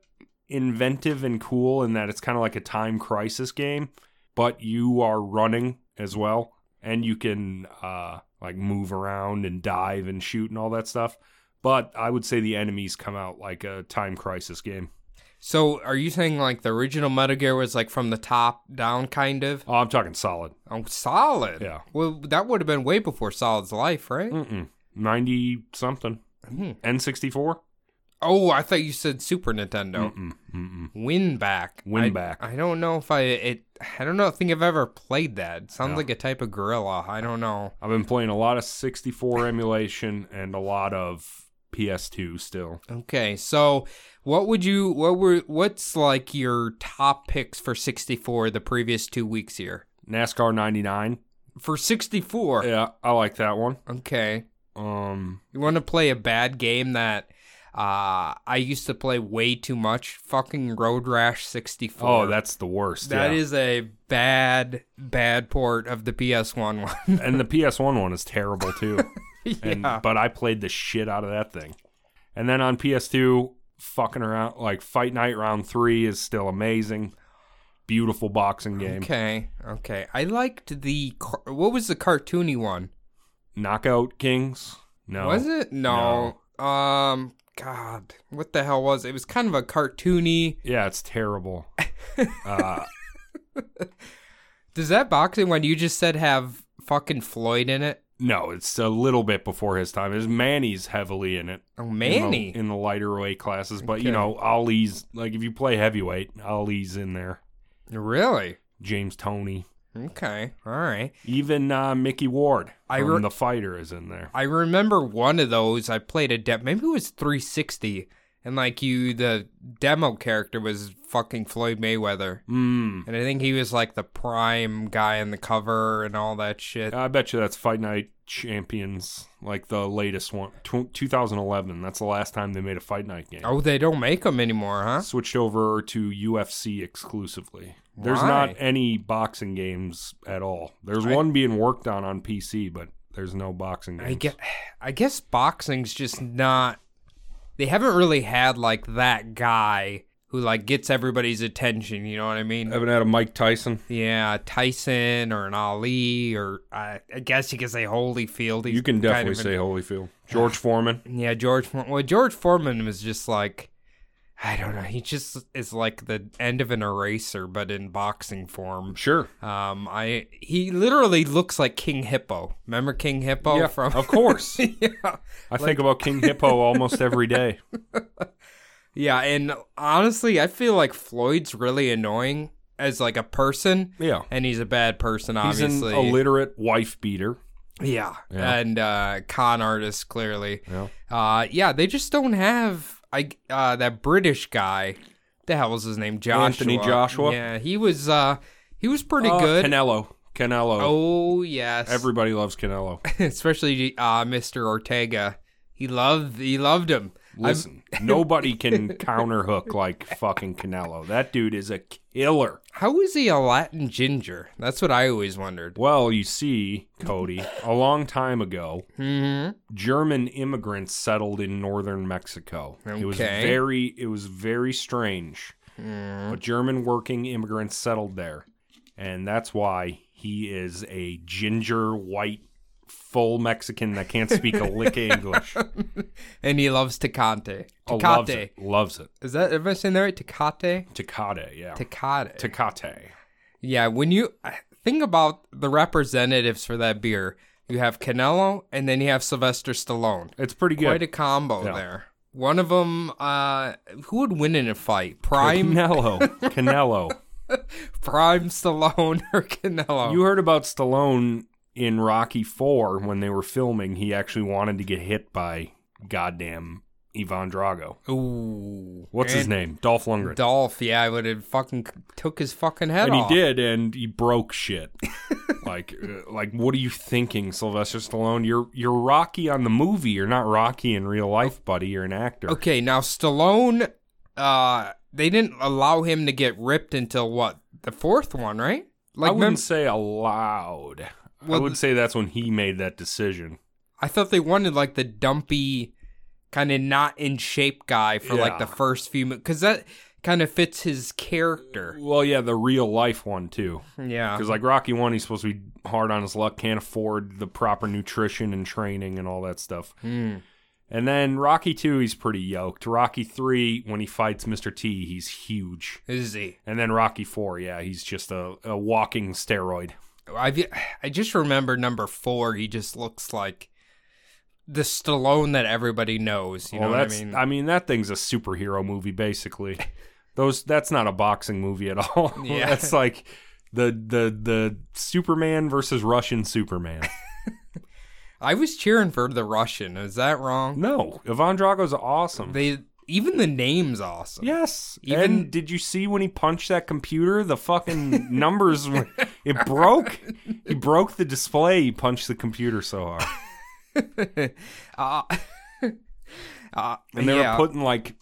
A: inventive and cool in that it's kind of like a time crisis game, but you are running as well, and you can uh, like move around and dive and shoot and all that stuff. But I would say the enemies come out like a time crisis game.
B: so are you saying like the original Metal Gear was like from the top down, kind of?
A: Oh, I'm talking solid.
B: Oh, solid.
A: Yeah. Mm.
B: Well, that would have been way before Solid's life, right?
A: Mm-mm. 90 something.
B: Hmm.
A: N64?
B: Oh, I thought you said Super Nintendo.
A: Mm-mm. Mm-mm.
B: Win back.
A: Mm. Win
B: I-
A: back.
B: I, don't know if I it. I don't know. I think I've ever played that. It sounds
A: Yeah.
B: like a type of gorilla. I don't know.
A: I've been playing a lot of 64 emulation and a lot of PS2 still.
B: Okay, so what would you what were what's like your top picks for 64 the previous 2 weeks here?
A: NASCAR 99.
B: For 64.
A: Yeah, I like that one.
B: Okay.
A: Um,
B: You want to play a bad game that uh I used to play way too much, fucking Road Rash 64.
A: oh, that's the worst.
B: that
A: yeah.
B: is a bad bad port of the PS1 one.
A: and the PS1 one is terrible too. And,
B: yeah.
A: But I played the shit out of that thing. And then on PS2, fucking around, like Fight Night Round 3 is still amazing. Beautiful boxing game.
B: Okay. Okay. I liked the car- what was the cartoony one?
A: Knockout Kings? No.
B: Was it? No. Um God. What the hell was it? It was kind of a cartoony.
A: Yeah, it's terrible. uh,
B: Does that boxing one you just said have fucking Floyd in it?
A: no, it's a little bit before his time. His Manny's heavily in it.
B: Oh
A: in the-
B: Manny.
A: In the, lighter weight classes, but
B: Okay.
A: you know, Ali's like if you play heavyweight, Ali's in there.
B: really?
A: James Tony,
B: Okay. All right.
A: even uh, Mickey Ward
B: I
A: from
B: re-
A: The Fighter is in there.
B: I remember one of those I played a de- maybe it was 360 and like you the demo character was fucking Floyd Mayweather.
A: Mm.
B: And I think he was like the prime guy in the cover and all that shit.
A: I bet you that's Fight Night Champions, like the latest one, tw- 2011. That's the last time they made a Fight Night game.
B: oh, they don't make them anymore, huh?
A: switched over to UFC exclusively. There's
B: Why?
A: not any boxing games at all. There's
B: I-
A: one being worked on on PC, but there's no boxing games.
B: I guess, I guess boxing's just not. They haven't really had like that guy who like gets everybody's attention. You know what I
A: I
B: mean?
A: haven't had a Mike Tyson.
B: Yeah, Tyson or an Ali or I, I guess you could say Holyfield. He's
A: You can
B: kind
A: definitely
B: of an-
A: say Holyfield. George Foreman.
B: Yeah, George. Fore- Well, George Foreman was just like, I don't know. He just is like the end of an eraser, but in boxing form.
A: Sure.
B: Um, I he literally looks like King Hippo. Remember King Hippo
A: yeah,
B: from?
A: Oh, of course. I
B: yeah.
A: think about King Hippo almost every day.
B: Yeah, and honestly, I feel like Floyd's really annoying as like a person,
A: Yeah.
B: and he's a bad person,
A: He's an
B: obviously.
A: illiterate wife beater.
B: yeah.
A: Yeah.
B: and uh, con artist clearly.
A: Yeah.
B: Uh, yeah, they just don't have I uh, that British guy. The hell was his name? Joshua.
A: Anthony Joshua?
B: Yeah, he was uh, he was pretty
A: Uh,
B: good.
A: Canelo. Canelo.
B: oh yes,
A: Everybody loves Canelo.
B: especially uh, Mr. Ortega. He loved he loved him. I've-
A: Listen, nobody can counter hook like fucking Canelo. That dude is a killer.
B: How is he a Latin ginger? That's what I always wondered.
A: Well, you see, Cody, a long time ago,
B: hmm
A: German immigrants settled in northern Mexico. It was
B: Okay. Mm-hmm.
A: very it was very strange. But German working immigrants settled there. And that's why he is a ginger white full Mexican that can't speak a lick of English.
B: And he loves Tecate.
A: Oh,
B: Tecate.
A: loves it. Loves it.
B: Is that am I saying that right? Tecate.
A: Tecate, yeah.
B: Tecate.
A: Tecate.
B: yeah. When you think about the representatives for that beer, you have Canelo and then you have Sylvester Stallone.
A: It's pretty
B: Quite
A: good.
B: a combo
A: Yeah.
B: there. One of them, uh, who would win in a fight? Prime,
A: Canelo. Canelo.
B: Prime Stallone or Canelo?
A: You heard about Stallone in Rocky Four when they were filming. He actually wanted to get hit by goddamn Ivan Drago.
B: Ooh,
A: What's his
B: And
A: name? Dolph Lundgren.
B: Dolph. Yeah, I would have fucking c- took his fucking head
A: and
B: off.
A: he did, and he broke shit. like, uh, like, what are you thinking, Sylvester Stallone? You're you're Rocky on the movie. You're not Rocky in real life, buddy. You're an actor.
B: Okay, now Stallone, uh, they didn't allow him to get ripped until what the fourth one, right?
A: I
B: Like,
A: wouldn't
B: mem-
A: say allowed. I
B: Well,
A: would say that's when he made that decision.
B: I thought they wanted like the dumpy, kind of not in shape guy for like
A: Yeah.
B: the first few, because that kind of fits his character.
A: Well, yeah, the real life one too.
B: Yeah,
A: Because like Rocky One, he's supposed to be hard on his luck, can't afford the proper nutrition and training and all that stuff.
B: Hmm.
A: And then Rocky Two, he's pretty yoked. Rocky Three, when he fights Mr. T, he's huge.
B: is he?
A: And then Rocky Four, yeah, he's just a, a walking steroid.
B: I I just remember number four. He just looks like the Stallone that everybody knows. You
A: well,
B: know what
A: that's
B: I mean?
A: that thing's a superhero movie basically. Those that's not a boxing movie at all.
B: Yeah.
A: that's like the the the Superman versus Russian Superman.
B: I was cheering for the Russian. Is that wrong?
A: no, Ivan Drago's awesome.
B: They even the name's awesome.
A: Yes.
B: Even-
A: and did you see when he punched that computer? The fucking numbers, went- it broke. He broke the display. He punched the computer so hard.
B: uh, uh,
A: And they
B: yeah.
A: were putting like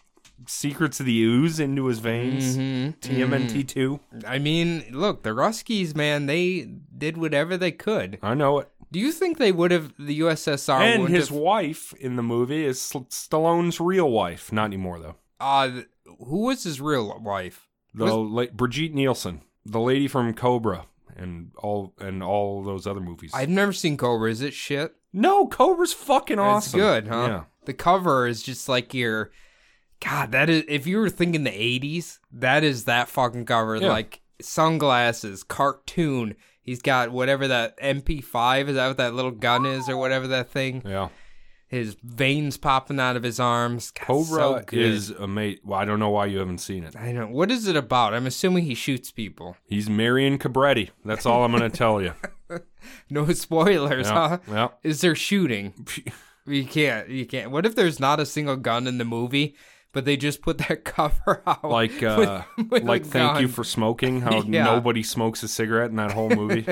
A: secrets of the ooze into his veins.
B: Mhm.
A: TMNT2.
B: I mean, look, the Ruskies, man, they did whatever they could.
A: I know it.
B: Do you think they would have the USSR?
A: and
B: would
A: his
B: have,
A: wife in the movie is Sl- Stallone's real wife. Not anymore, though.
B: uh, th- who was his real wife?
A: The la- Brigitte Nielsen, the lady from Cobra. And all and all those other movies.
B: I've never seen Cobra. Is it shit?
A: no, Cobra's fucking awesome.
B: It's good, huh?
A: Yeah.
B: The cover is just like your God, that is if you were thinking the 80s, that is that fucking cover
A: Yeah.
B: like sunglasses, cartoon. He's got whatever that MP5 is that what that little gun is or whatever that thing.
A: Yeah.
B: His veins popping out of his arms. God, so
A: Cobra
B: good.
A: is a mate. Well, I don't know why you haven't seen it.
B: I know. What is it about? I'm assuming he shoots people.
A: He's Marion Cabretti. That's all I'm going to tell you.
B: No spoilers, huh?
A: Yeah, yeah.
B: Is there shooting? You can't. You can't. What if there's not a single gun in the movie, but they just put that cover out?
A: Like,
B: with-
A: uh,
B: with a
A: like thank you
B: gun?
A: for smoking. How
B: Yeah.
A: nobody smokes a cigarette in that whole movie.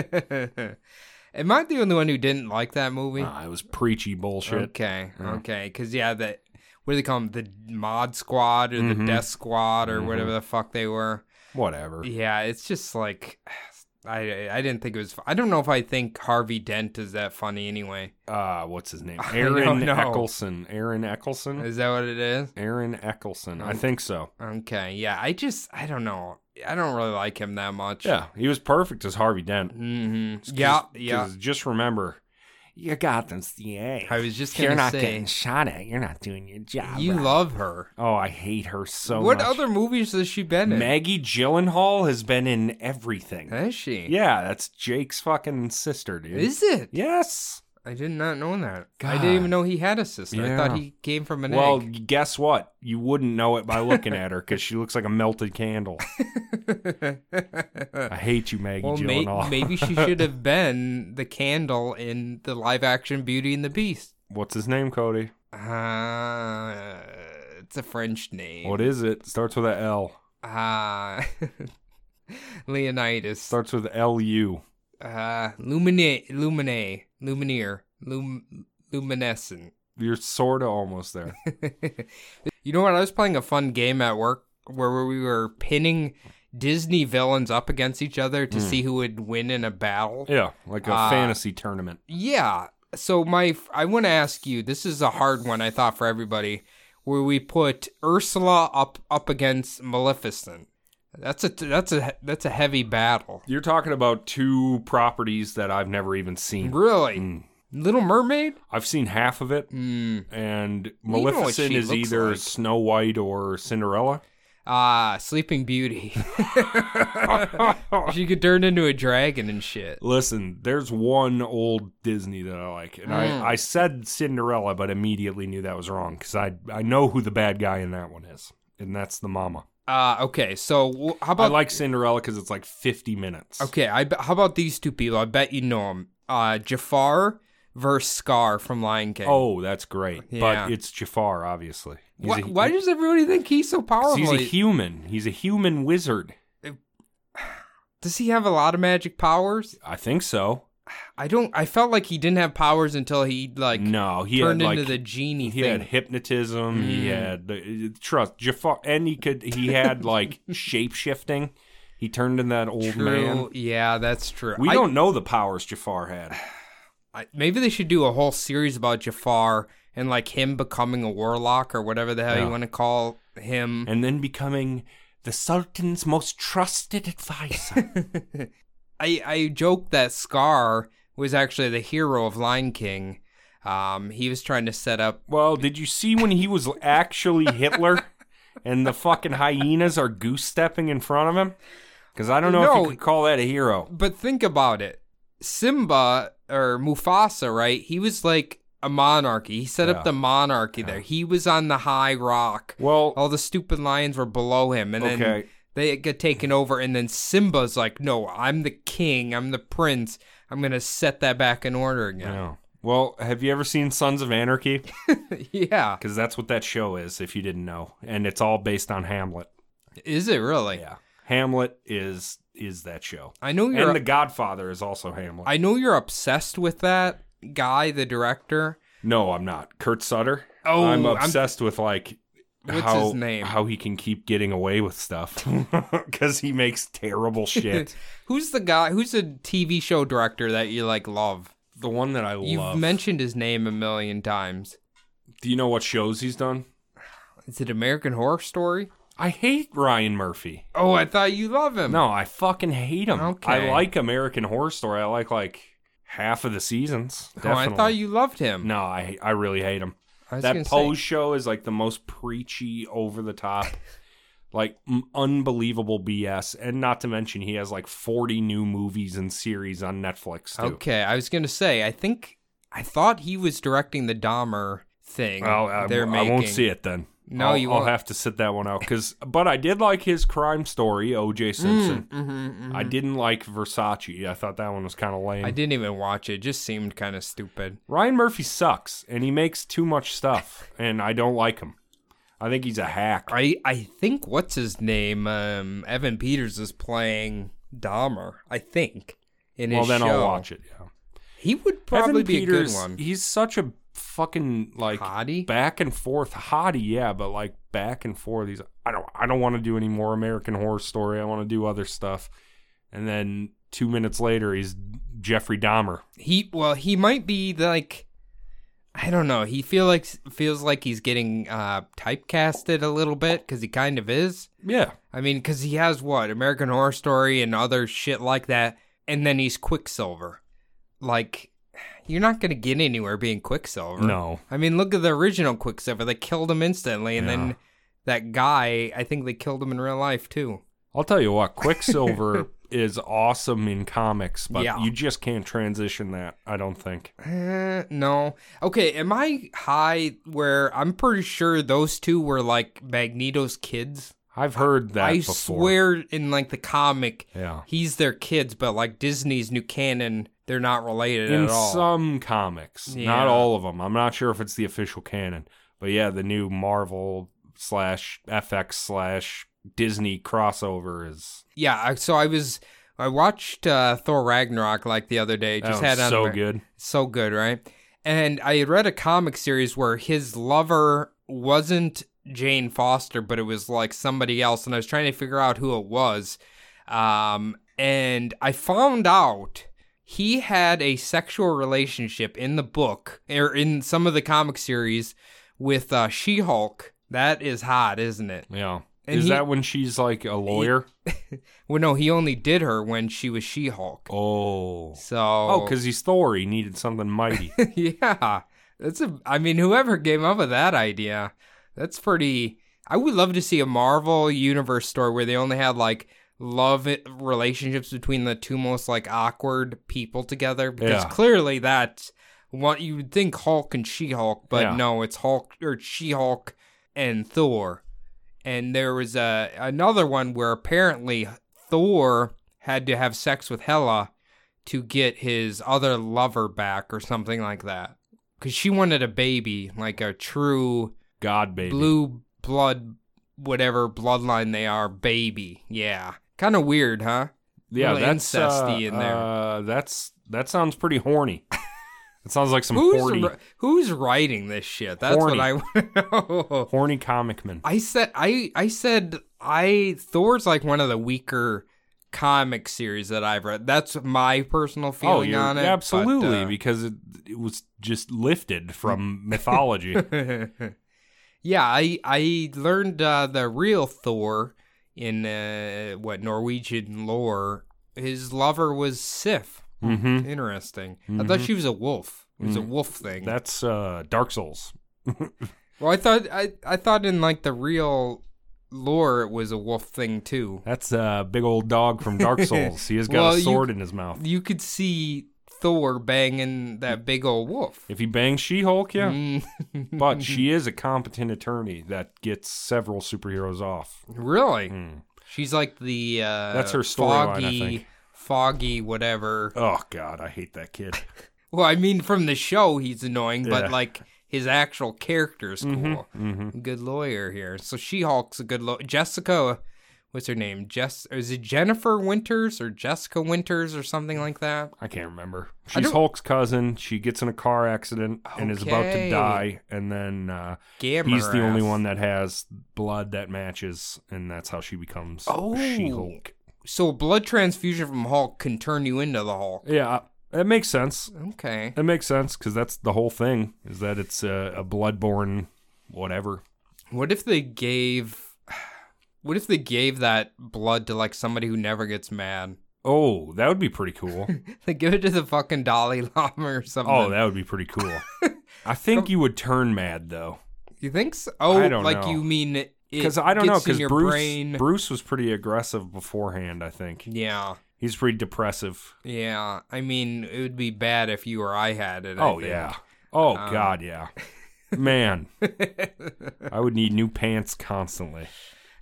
B: Am I the only one who didn't like that movie?
A: Ah, it was preachy bullshit.
B: okay, okay, because yeah, the what do they call them? The mod squad or
A: Mm-hmm.
B: the death squad or whatever the fuck they were.
A: Whatever.
B: Yeah, it's just like I I didn't think it was. fu- I don't know if I think Harvey Dent is that funny anyway.
A: Uh, what's his name?
B: I don't
A: Aaron
B: know. Uh,
A: Eccleson. Aaron Eccleson.
B: Is that what it is?
A: Aaron Eccleson.
B: um,
A: I think so.
B: Okay, yeah, I just I don't know. I don't really like him that much.
A: Yeah, he was perfect as Harvey Dent.
B: hmm Yeah,
A: 'Cause-
B: yeah.
A: 'cause Just remember, you got them CA.
B: I was just
C: you're
B: gonna
C: not
B: say
C: getting shot at. You're not doing your job.
B: you
C: right.
B: love her.
A: Oh, I hate her so
B: what
A: much.
B: other movies has she been in?
A: Maggie Gyllenhaal has been in everything.
B: Has she?
A: Yeah, that's Jake's fucking sister, dude.
B: Is it?
A: yes.
B: I did not know that. I didn't even
A: God.
B: know he had a sister. I
A: Yeah.
B: thought he came from an
A: Well,
B: egg.
A: guess what? You wouldn't know it by looking at her because she looks like a melted candle. I hate you, Maggie
B: well, may-
A: Gyllenhaal.
B: maybe she should have been the candle in the live action Beauty and the Beast.
A: What's his name, Cody?
B: Uh, it's a French name.
A: What is it? Starts with a L.
B: Uh, Leonidas.
A: Starts with L U.
B: uh, Lumine, Lumine, Lumineer, Lum, Luminescent.
A: You're sorta almost there.
B: you know what? I was playing a fun game at work where we were pinning Disney villains up against each other to see who would win in a battle.
A: yeah, like a
B: Ah.
A: fantasy tournament.
B: Yeah. So my, I want to ask you. This is a hard one. I thought for everybody, where we put Ursula up up against Maleficent. That's a that's a that's a heavy battle.
A: You're talking about two properties that I've never even seen.
B: Really,
A: Mm.
B: Little Mermaid.
A: I've seen half of it,
B: Mm.
A: and
B: know what
A: Maleficent
B: she
A: is
B: looks
A: either
B: like.
A: Snow White or Cinderella.
B: Ah, Sleeping Beauty. she could turn into a dragon and shit.
A: Listen, there's one old Disney that I like, and
B: Mm.
A: I, I said Cinderella, but immediately knew that was wrong because I I know who the bad guy in that one is, and that's the mama.
B: Uh, okay, so w- how
A: I
B: about
A: like Cinderella because it's like 50 minutes.
B: okay? I bet how about these two people? I bet you know them. Uh, Jafar versus Scar from Lion King.
A: Oh, that's great.
B: Yeah.
A: But it's Jafar, obviously. He's
B: why,
A: a-
B: why does everybody think he's so
A: 'cause
B: powerful?
A: He's a human. He's a human wizard.
B: Does he have a lot of magic powers?
A: I think so.
B: I don't. I felt like he didn't have powers until he like
A: no, he
B: turned
A: had like
B: into the genie
A: he
B: thing.
A: had hypnotism. He
B: Mm.
A: had the trust Jafar, and he could he had like shape shifting. He turned in that old
B: true.
A: man.
B: Yeah, that's true.
A: We
B: I-
A: don't know the powers Jafar had.
B: I, maybe they should do a whole series about Jafar and like him becoming a warlock or whatever the hell
A: Yeah.
B: you want to call him.
A: And then becoming the Sultan's most trusted advisor.
B: I I joked that Scar was actually the hero of Lion King. Um, he was trying to set up.
A: well, did you see when he was actually Hitler and the fucking hyenas are goose stepping in front of him? Because I don't know if
B: No.
A: you could call that a hero.
B: But think about it, Simba or Mufasa, right? He was like a monarchy. He set
A: Yeah.
B: up the monarchy there. He was on the high rock.
A: Well,
B: All the stupid lions were below him, Oh, and then
A: okay.
B: they get taken over and then simba's like no i'm the king i'm the prince i'm gonna set that back in order again
A: No. Well, have you ever seen Sons of Anarchy?
B: yeah
A: Because that's what that show is, if you didn't know. And it's all based on Hamlet.
B: is it really
A: Yeah. Hamlet is is that show.
B: i know you're
A: And The Godfather is also Hamlet.
B: i know you're obsessed with that guy the director
A: No, I'm not. Kurt Sutter.
B: Oh,
A: I'm
B: I'm-
A: obsessed with like
B: What's
A: how
B: his name?
A: how he can keep getting away with stuff because he makes terrible shit.
B: who's the guy who's a tv show director that you like love
A: the one that I love.
B: you've mentioned his name a million times
A: Do you know what shows he's done?
B: is it american horror story
A: I hate Ryan Murphy.
B: oh i thought you love him
A: No, I fucking hate him.
B: Okay.
A: I like American Horror Story. I like like half of the seasons.
B: oh, i
A: Definitely.
B: thought you loved him
A: No, I I really hate him.
B: I was gonna
A: That
B: say-
A: Pose show is like the most preachy, over the top, like m- unbelievable BS. And not to mention, he has like 40 new movies and series on Netflix, too.
B: Okay, I was gonna say. I think I thought he was directing the Dahmer thing.
A: Well, I,
B: they're
A: I
B: making.
A: won't see it then.
B: No,
A: I'll,
B: you
A: I'll
B: won't.
A: have to sit that one out. Cause, but I did like his crime story, O.J. Simpson.
B: Mm, Mm-hmm,
A: I didn't like Versace. I thought that one was kind of lame.
B: I didn't even watch it. it just seemed kind of stupid.
A: Ryan Murphy sucks, and he makes too much stuff, and I don't like him. I think he's a hack.
B: I I think what's his name? Um, Evan Peters is playing Dahmer. I think. In
A: well,
B: his
A: then
B: show.
A: I'll watch it. Yeah.
B: He would probably
A: Evan
B: be
A: Peters,
B: a good one.
A: He's such a fucking like
B: Hottie?
A: back and forth hottie, yeah, but like back and forth. He's I don't I don't want to do any more American Horror Story. I want to do other stuff. And then two minutes later, he's Jeffrey Dahmer.
B: He well, he might be like. I don't know. He feel like feels like he's getting uh, typecasted a little bit because he kind of is.
A: Yeah,
B: I mean, because he has what American Horror Story and other shit like that, and then he's Quicksilver. Like, you're not gonna get anywhere being Quicksilver.
A: no,
B: I mean, look at the original Quicksilver. They killed him instantly, and
A: Yeah.
B: then that guy. I think they killed him in real life too.
A: I'll tell you what, Quicksilver is awesome in comics, but
B: Yeah.
A: you just can't transition that. I don't think.
B: Eh, no. Okay. Am I high? Where I'm pretty sure those two were like Magneto's kids.
A: I've heard that.
B: I
A: before.
B: swear, in like the comic,
A: Yeah.
B: he's their kids, but like Disney's new canon, they're not related
A: in
B: at all.
A: some comics,
B: Yeah.
A: not all of them. I'm not sure if it's the official canon, but yeah, the new Marvel slash FX slash Disney crossover is
B: Yeah, I- so I was I watched uh, Thor Ragnarok like the other day.
A: that
B: Just
A: one's
B: had on
A: so
B: my-
A: good.
B: so good, right? And I had read a comic series where his lover wasn't Jane Foster, but it was like somebody else, and I was trying to figure out who it was. Um, and I found out he had a sexual relationship in the book or in some of the comic series with uh, She-Hulk. That is hot, isn't it?
A: Yeah,
B: And
A: is
B: he-
A: that when she's like a lawyer?
B: Well, no, he only did her when she was She-Hulk.
A: oh,
B: So
A: oh, because he's Thor. He needed something mighty.
B: yeah, that's a. I mean, whoever came up with that idea, that's pretty. I would love to see a Marvel universe story where they only had like love it, relationships between the two most like awkward people together because
A: Yeah.
B: clearly that's what you would think Hulk and She-Hulk, but
A: Yeah.
B: no, it's Hulk or She-Hulk and Thor. And there was a another one where apparently Thor had to have sex with Hela to get his other lover back or something like that. Cuz she wanted a baby, like a true
A: God baby.
B: blue blood whatever bloodline they are baby. Yeah. Kind of weird, huh?
A: yeah,
B: little
A: that's
B: incesty
A: uh,
B: in there.
A: Uh, that's that sounds pretty horny. That sounds like some
B: Who's
A: horny,
B: wri- who's writing this shit? That's
A: Horny.
B: what I want to know.
A: horny comic man.
B: I said I I said I Thor's like one of the weaker comic series that I've read. That's my personal
A: Oh,
B: feeling
A: you're,
B: on it.
A: absolutely,
B: but, uh,
A: because it, it was just lifted from mythology.
B: uh, yeah, I I learned uh, the real Thor in uh, what Norwegian lore. His lover was Sif.
A: hmm
B: Interesting. I
A: Mm-hmm.
B: thought she was a wolf. It
A: Mm.
B: was a wolf thing.
A: That's uh, Dark Souls.
B: well, I thought I I thought in like the real lore it was a wolf thing too.
A: That's a big old dog from Dark Souls. He has got
B: Well,
A: a
B: you-
A: sword in his mouth.
B: You could see Thor banging that big old wolf.
A: If he bangs She Hulk, yeah.
B: Mm,
A: But she is a competent attorney that gets several superheroes off.
B: really?
A: Mm.
B: She's like the uh,
A: That's her storyline, I
B: foggy,
A: think.
B: foggy whatever.
A: Oh, God, I hate that kid.
B: Well, I mean, from the show, he's annoying,
A: Yeah.
B: but like his actual character is cool.
A: hmm
B: Good lawyer here. So She Hulk's a good lawyer. Jessica, what's her name? Jess? Is it Jennifer Winters or Jessica Winters or something like that?
A: I can't remember.
B: I
A: She's
B: don't-
A: Hulk's cousin. She gets in a car accident and is about
B: Okay.
A: to die. And then uh,
B: Gamma.
A: he's the only
B: ass.
A: one that has blood that matches. And that's how she becomes
B: Oh.
A: She Hulk.
B: So a blood transfusion from Hulk can turn you into the Hulk.
A: Yeah, that makes sense.
B: Okay.
A: That makes sense because that's the whole thing is that it's a, a bloodborne whatever.
B: What if they gave? What if they gave that blood to like somebody who never gets mad?
A: Oh, that would be pretty cool.
B: Like give it to the fucking Dalai Lama or something.
A: oh, that would be pretty cool. I think you would turn mad though,
B: You think so? Oh,
A: I don't
B: like
A: know.
B: you mean it?
A: because I don't know,
B: gets in
A: because
B: your
A: Bruce
B: brain.
A: Bruce was pretty aggressive beforehand. I think
B: Yeah,
A: he's pretty depressive.
B: yeah. I mean, it would be bad if you or I had it. I
A: Oh
B: think.
A: yeah. Oh
B: Um,
A: god, yeah. Man, I would need new pants constantly.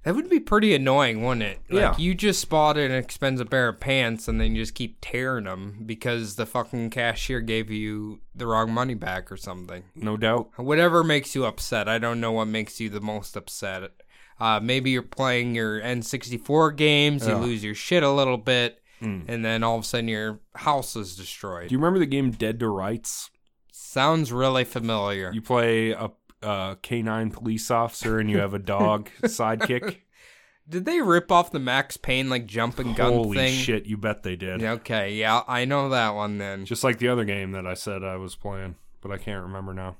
B: that would be pretty annoying, wouldn't it? Like,
A: Yeah.
B: You just spotted an expensive pair of pants, and then you just keep tearing them because the fucking cashier gave you the wrong money back or something.
A: No doubt.
B: Whatever makes you upset. I don't know what makes you the most upset. Uh, maybe you're playing your N64 games, you
A: Yeah.
B: lose your shit a little bit,
A: Mm.
B: and then all of a sudden your house is destroyed.
A: Do you remember the game Dead to Rights?
B: Sounds really familiar.
A: You play a, a K9 police officer and you have a dog sidekick.
B: Did they rip off the Max Payne like jump and gun
A: Holy
B: thing?
A: shit, you bet they did.
B: Yeah, Okay, yeah, I know that one then.
A: Just like the other game that I said I was playing, but I can't remember now.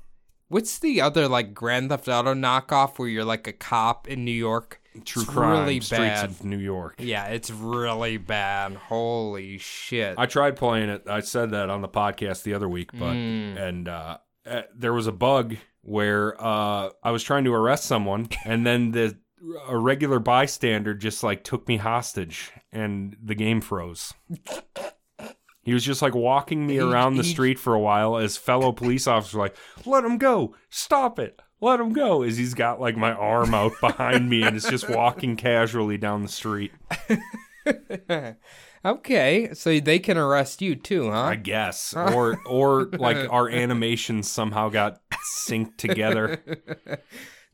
B: What's the other like Grand Theft Auto knockoff where you're like a cop in New York?
A: True
B: It's
A: crime,
B: really
A: streets
B: bad.
A: of New York.
B: Yeah, it's really bad. Holy shit.
A: I tried playing it. I said that on the podcast the other week, but
B: Mm.
A: and uh, uh, there was a bug where uh, I was trying to arrest someone, and then the a regular bystander just like took me hostage, and the game froze. He was just like walking me
B: He-
A: around the
B: he-
A: street for a while as fellow police officers were like, "Let him go! Stop it! Let him go!" As he's got like my arm out behind me and is just walking casually down the street.
B: okay, so they can arrest you too, huh?
A: I guess, or or like our animations somehow got synced together.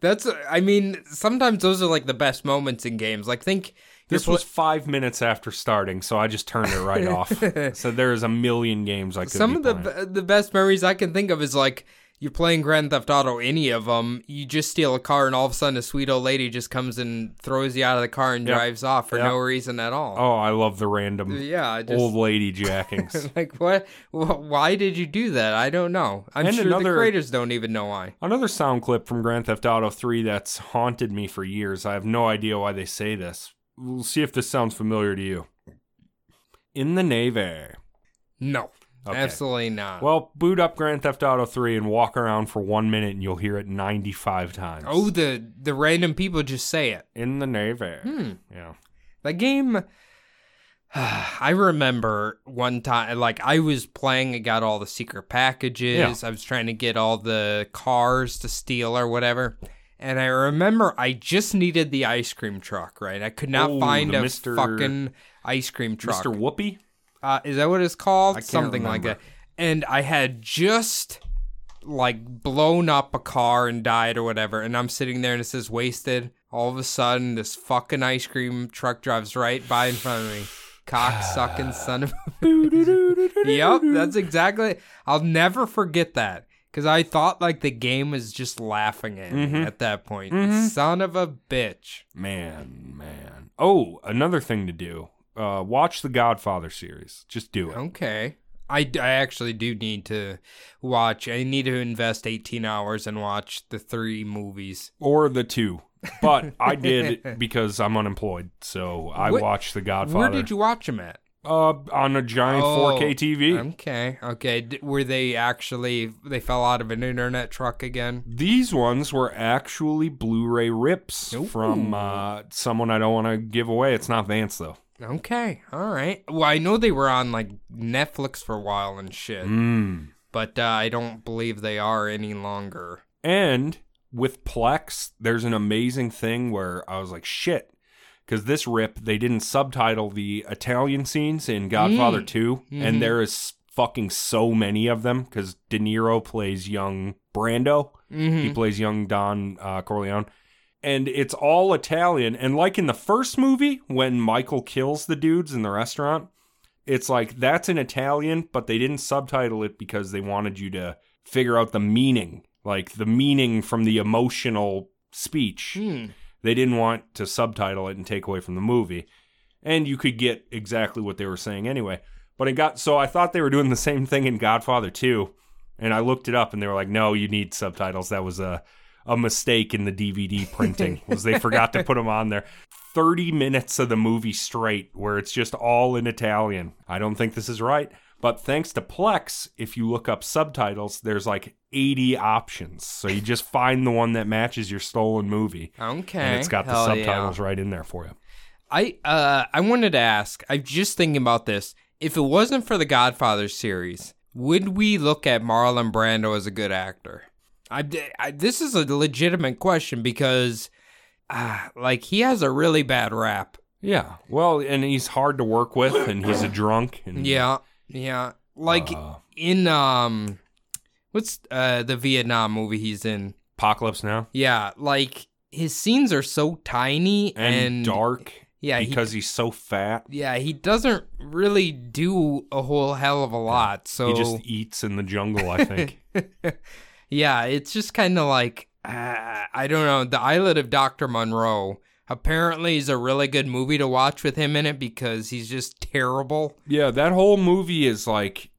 B: That's I mean, sometimes those are like the best moments in games. Like think you're
A: This was five minutes after starting, so I just turned it right off. So there is a million games I could.
B: some
A: be
B: of the
A: playing.
B: the best memories I can think of is like you're playing Grand Theft Auto, any of them. You just steal a car, and all of a sudden, a sweet old lady just comes and throws you out of the car and
A: Yep.
B: drives off for
A: Yep.
B: no reason at all. Uh,
A: oh, I love the random
B: yeah, I just
A: old lady jackings.
B: like what? wh- Why did you do that? I don't know. I'm
A: And
B: sure
A: another-
B: the creators don't even know why.
A: Another sound clip from Grand Theft Auto 3 that's haunted me for years. I have no idea why they say this. We'll see if this sounds familiar to you. In the Navy.
B: No,
A: Okay.
B: Absolutely not.
A: Well, boot up Grand Theft Auto 3 and walk around for one minute, and you'll hear it 95 times.
B: oh, the the random people just say it.
A: in the Navy.
B: Hmm.
A: Yeah.
B: That game. I remember one time, like I was playing, I got all the secret packages. I was trying to get all the cars to steal or whatever. And I remember I just needed the ice cream truck, right? I could not
A: Oh,
B: find
A: the
B: a
A: Mr.
B: fucking ice cream truck.
A: Mr. Whoopi?
B: uh, is that what it's called?
A: can't
B: Something like that.
A: remember.
B: And I had just like blown up a car and died or whatever, and I'm sitting there and it says wasted. All of a sudden, this fucking ice cream truck drives right by in front of me. Cock sucking son of a. yep, that's exactly. I'll never forget that because I thought like the game was just laughing at
A: Mm-hmm.
B: me at that point. Son of a bitch.
A: Man, man. Oh, another thing to do. Uh, watch the Godfather series. Just do
B: Oh.
A: it.
B: Okay. I, d- I actually do need to watch. I need to invest 18 hours and watch the three movies.
A: Or the two. But I did it because I'm unemployed. So I
B: What-
A: watched The Godfather
B: Where did you watch them at?
A: uh, on a giant
B: Oh,
A: 4K TV.
B: Okay. Okay. D- were they actually, they fell out of an internet truck again?
A: These ones were actually Blu-ray rips from uh, someone I don't want to give away. It's not Vance though.
B: Okay. All right. Well, I know they were on like Netflix for a while and shit,
A: Mm.
B: but uh, I don't believe they are any longer.
A: And with Plex, there's an amazing thing where I was like, shit, because this rip they didn't subtitle the Italian scenes in Godfather Two, and there is fucking so many of them because De Niro plays young Brando.
B: Mm-hmm.
A: He plays young Don uh, Corleone. And it's all Italian. And like in the first movie, when Michael kills the dudes in the restaurant, it's like that's in Italian, but they didn't subtitle it because they wanted you to figure out the meaning, like the meaning from the emotional speech.
B: Hmm,
A: They didn't want to subtitle it and take away from the movie. And you could get exactly what they were saying anyway. But it got so I thought they were doing the same thing in Godfather 2. And I looked it up and they were like, no, you need subtitles. That was a, a mistake in the DVD printing was they forgot to put them on there. 30 minutes of the movie straight where it's just all in Italian. I don't think this is right. But thanks to Plex, if you look up subtitles, there's like 80 options. So you just find the one that matches your stolen movie.
B: Okay.
A: And it's got the
B: Hell yeah.
A: subtitles right in there for you.
B: I uh I wanted to ask. I'm just thinking about this. If it wasn't for the Godfather series, would we look at Marlon Brando as a good actor? I, I this is a legitimate question because, uh, like he has a really bad rap.
A: Yeah. Well, and he's hard to work with and he's a drunk and
B: Yeah, yeah. Like
A: Uh.
B: in um, what's uh the Vietnam movie he's in?
A: apocalypse now
B: Yeah, like his scenes are so tiny
A: and, dark
B: Yeah, he-
A: because he's so fat.
B: Yeah, he doesn't really do a whole hell of a lot. So
A: He just eats in the jungle, I think.
B: yeah, it's just kind of like uh, I don't know. The Islet of Doctor Monroe apparently is a really good movie to watch with him in it because he's just terrible.
A: yeah, that whole movie is like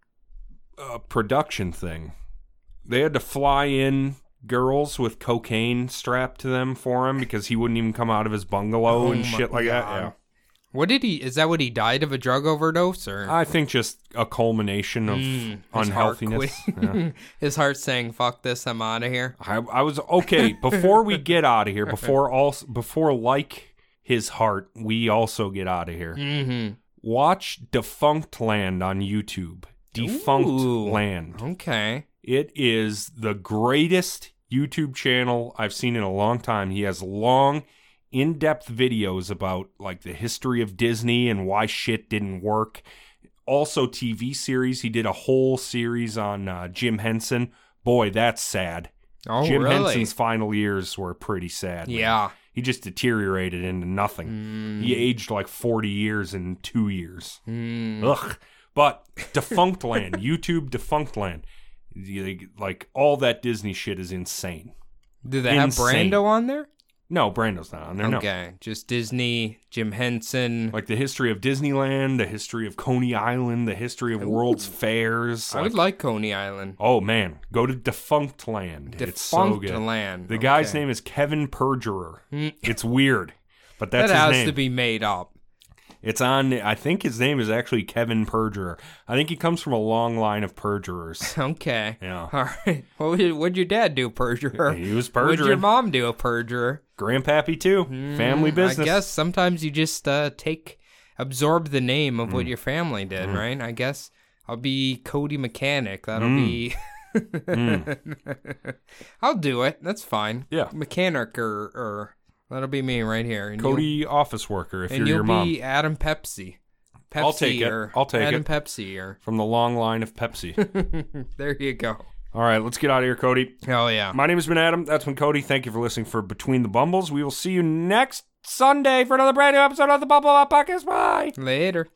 A: a production thing. They had to fly in girls with cocaine strapped to them for him because he wouldn't even come out of his bungalow
B: Oh
A: and
B: my
A: shit like that.
B: God.
A: Yeah.
B: What did he? Is that what he died of a drug overdose or Hmm,
A: I think just a culmination of
B: Mm, his heart
A: unhealthiness.
B: quit-
A: Yeah.
B: his heart saying "fuck this, I'm out of here"?
A: I, I was okay before we get out of here. Before all, before like his heart, we also get out of here.
B: Mm-hmm.
A: Watch Defunct Land on YouTube. Defunct
B: Ooh.
A: Land.
B: Okay.
A: It is the greatest YouTube channel I've seen in a long time. He has long, in depth videos about like the history of Disney and why shit didn't work. Also, TV series. He did a whole series on uh, Jim Henson. Boy, that's sad.
B: Oh,
A: Jim
B: really?
A: Henson's final years were pretty sad. man.
B: yeah. Mm-hmm.
A: He just deteriorated into nothing. He aged like 40 years in two years.
B: Mm.
A: Ugh. But Defunct Land, YouTube Defunct Land, you- like all that Disney shit is insane.
B: Do they have
A: Insane.
B: Brando on there?
A: No, Brando's not on there. No.
B: Okay, just Disney, Jim Henson.
A: Like the history of Disneyland, the history of Coney Island, the history of World's Fairs.
B: I would
A: like-
B: like Coney Island.
A: oh man, go to Defunct Land. it's so
B: Defunct
A: good.
B: Land.
A: The guy's
B: okay. Mm.
A: name is Kevin Perjurer. it's weird, but that's
B: that
A: his
B: has
A: name.
B: to be made up.
A: It's on. I think his name is actually Kevin Perjurer. I think he comes from a long line of perjurers.
B: Okay.
A: Yeah.
B: All right. What would, what'd your dad do, perjurer?
A: He was
B: What'd your
A: perjuring.
B: mom do, a perjurer?
A: Grandpappy too. Family business.
B: Hmm, I guess sometimes you just uh, take, absorb the name of what
A: Mm.
B: your family did, right? I guess I'll be Cody Mechanic. That'll
A: Mm.
B: be. I'll do it. That's fine.
A: Yeah.
B: Mechanic or, or that'll be me right here. And
A: Cody office worker. If
B: You'll, and
A: you're
B: you'll
A: your mom
B: be Adam Pepsi. Pepsi
A: I'll take it.
B: or
A: I'll take
B: Adam
A: it.
B: Pepsi or
A: from the long line of Pepsi.
B: there you go.
A: All right, let's get out of here, Cody.
B: Hell yeah.
A: My name has been Adam. That's been Cody. Thank you for listening for Between the Bumbles. We will see you next Sunday for another brand new episode of the Bumble Up Podcast. Bye.
B: Later.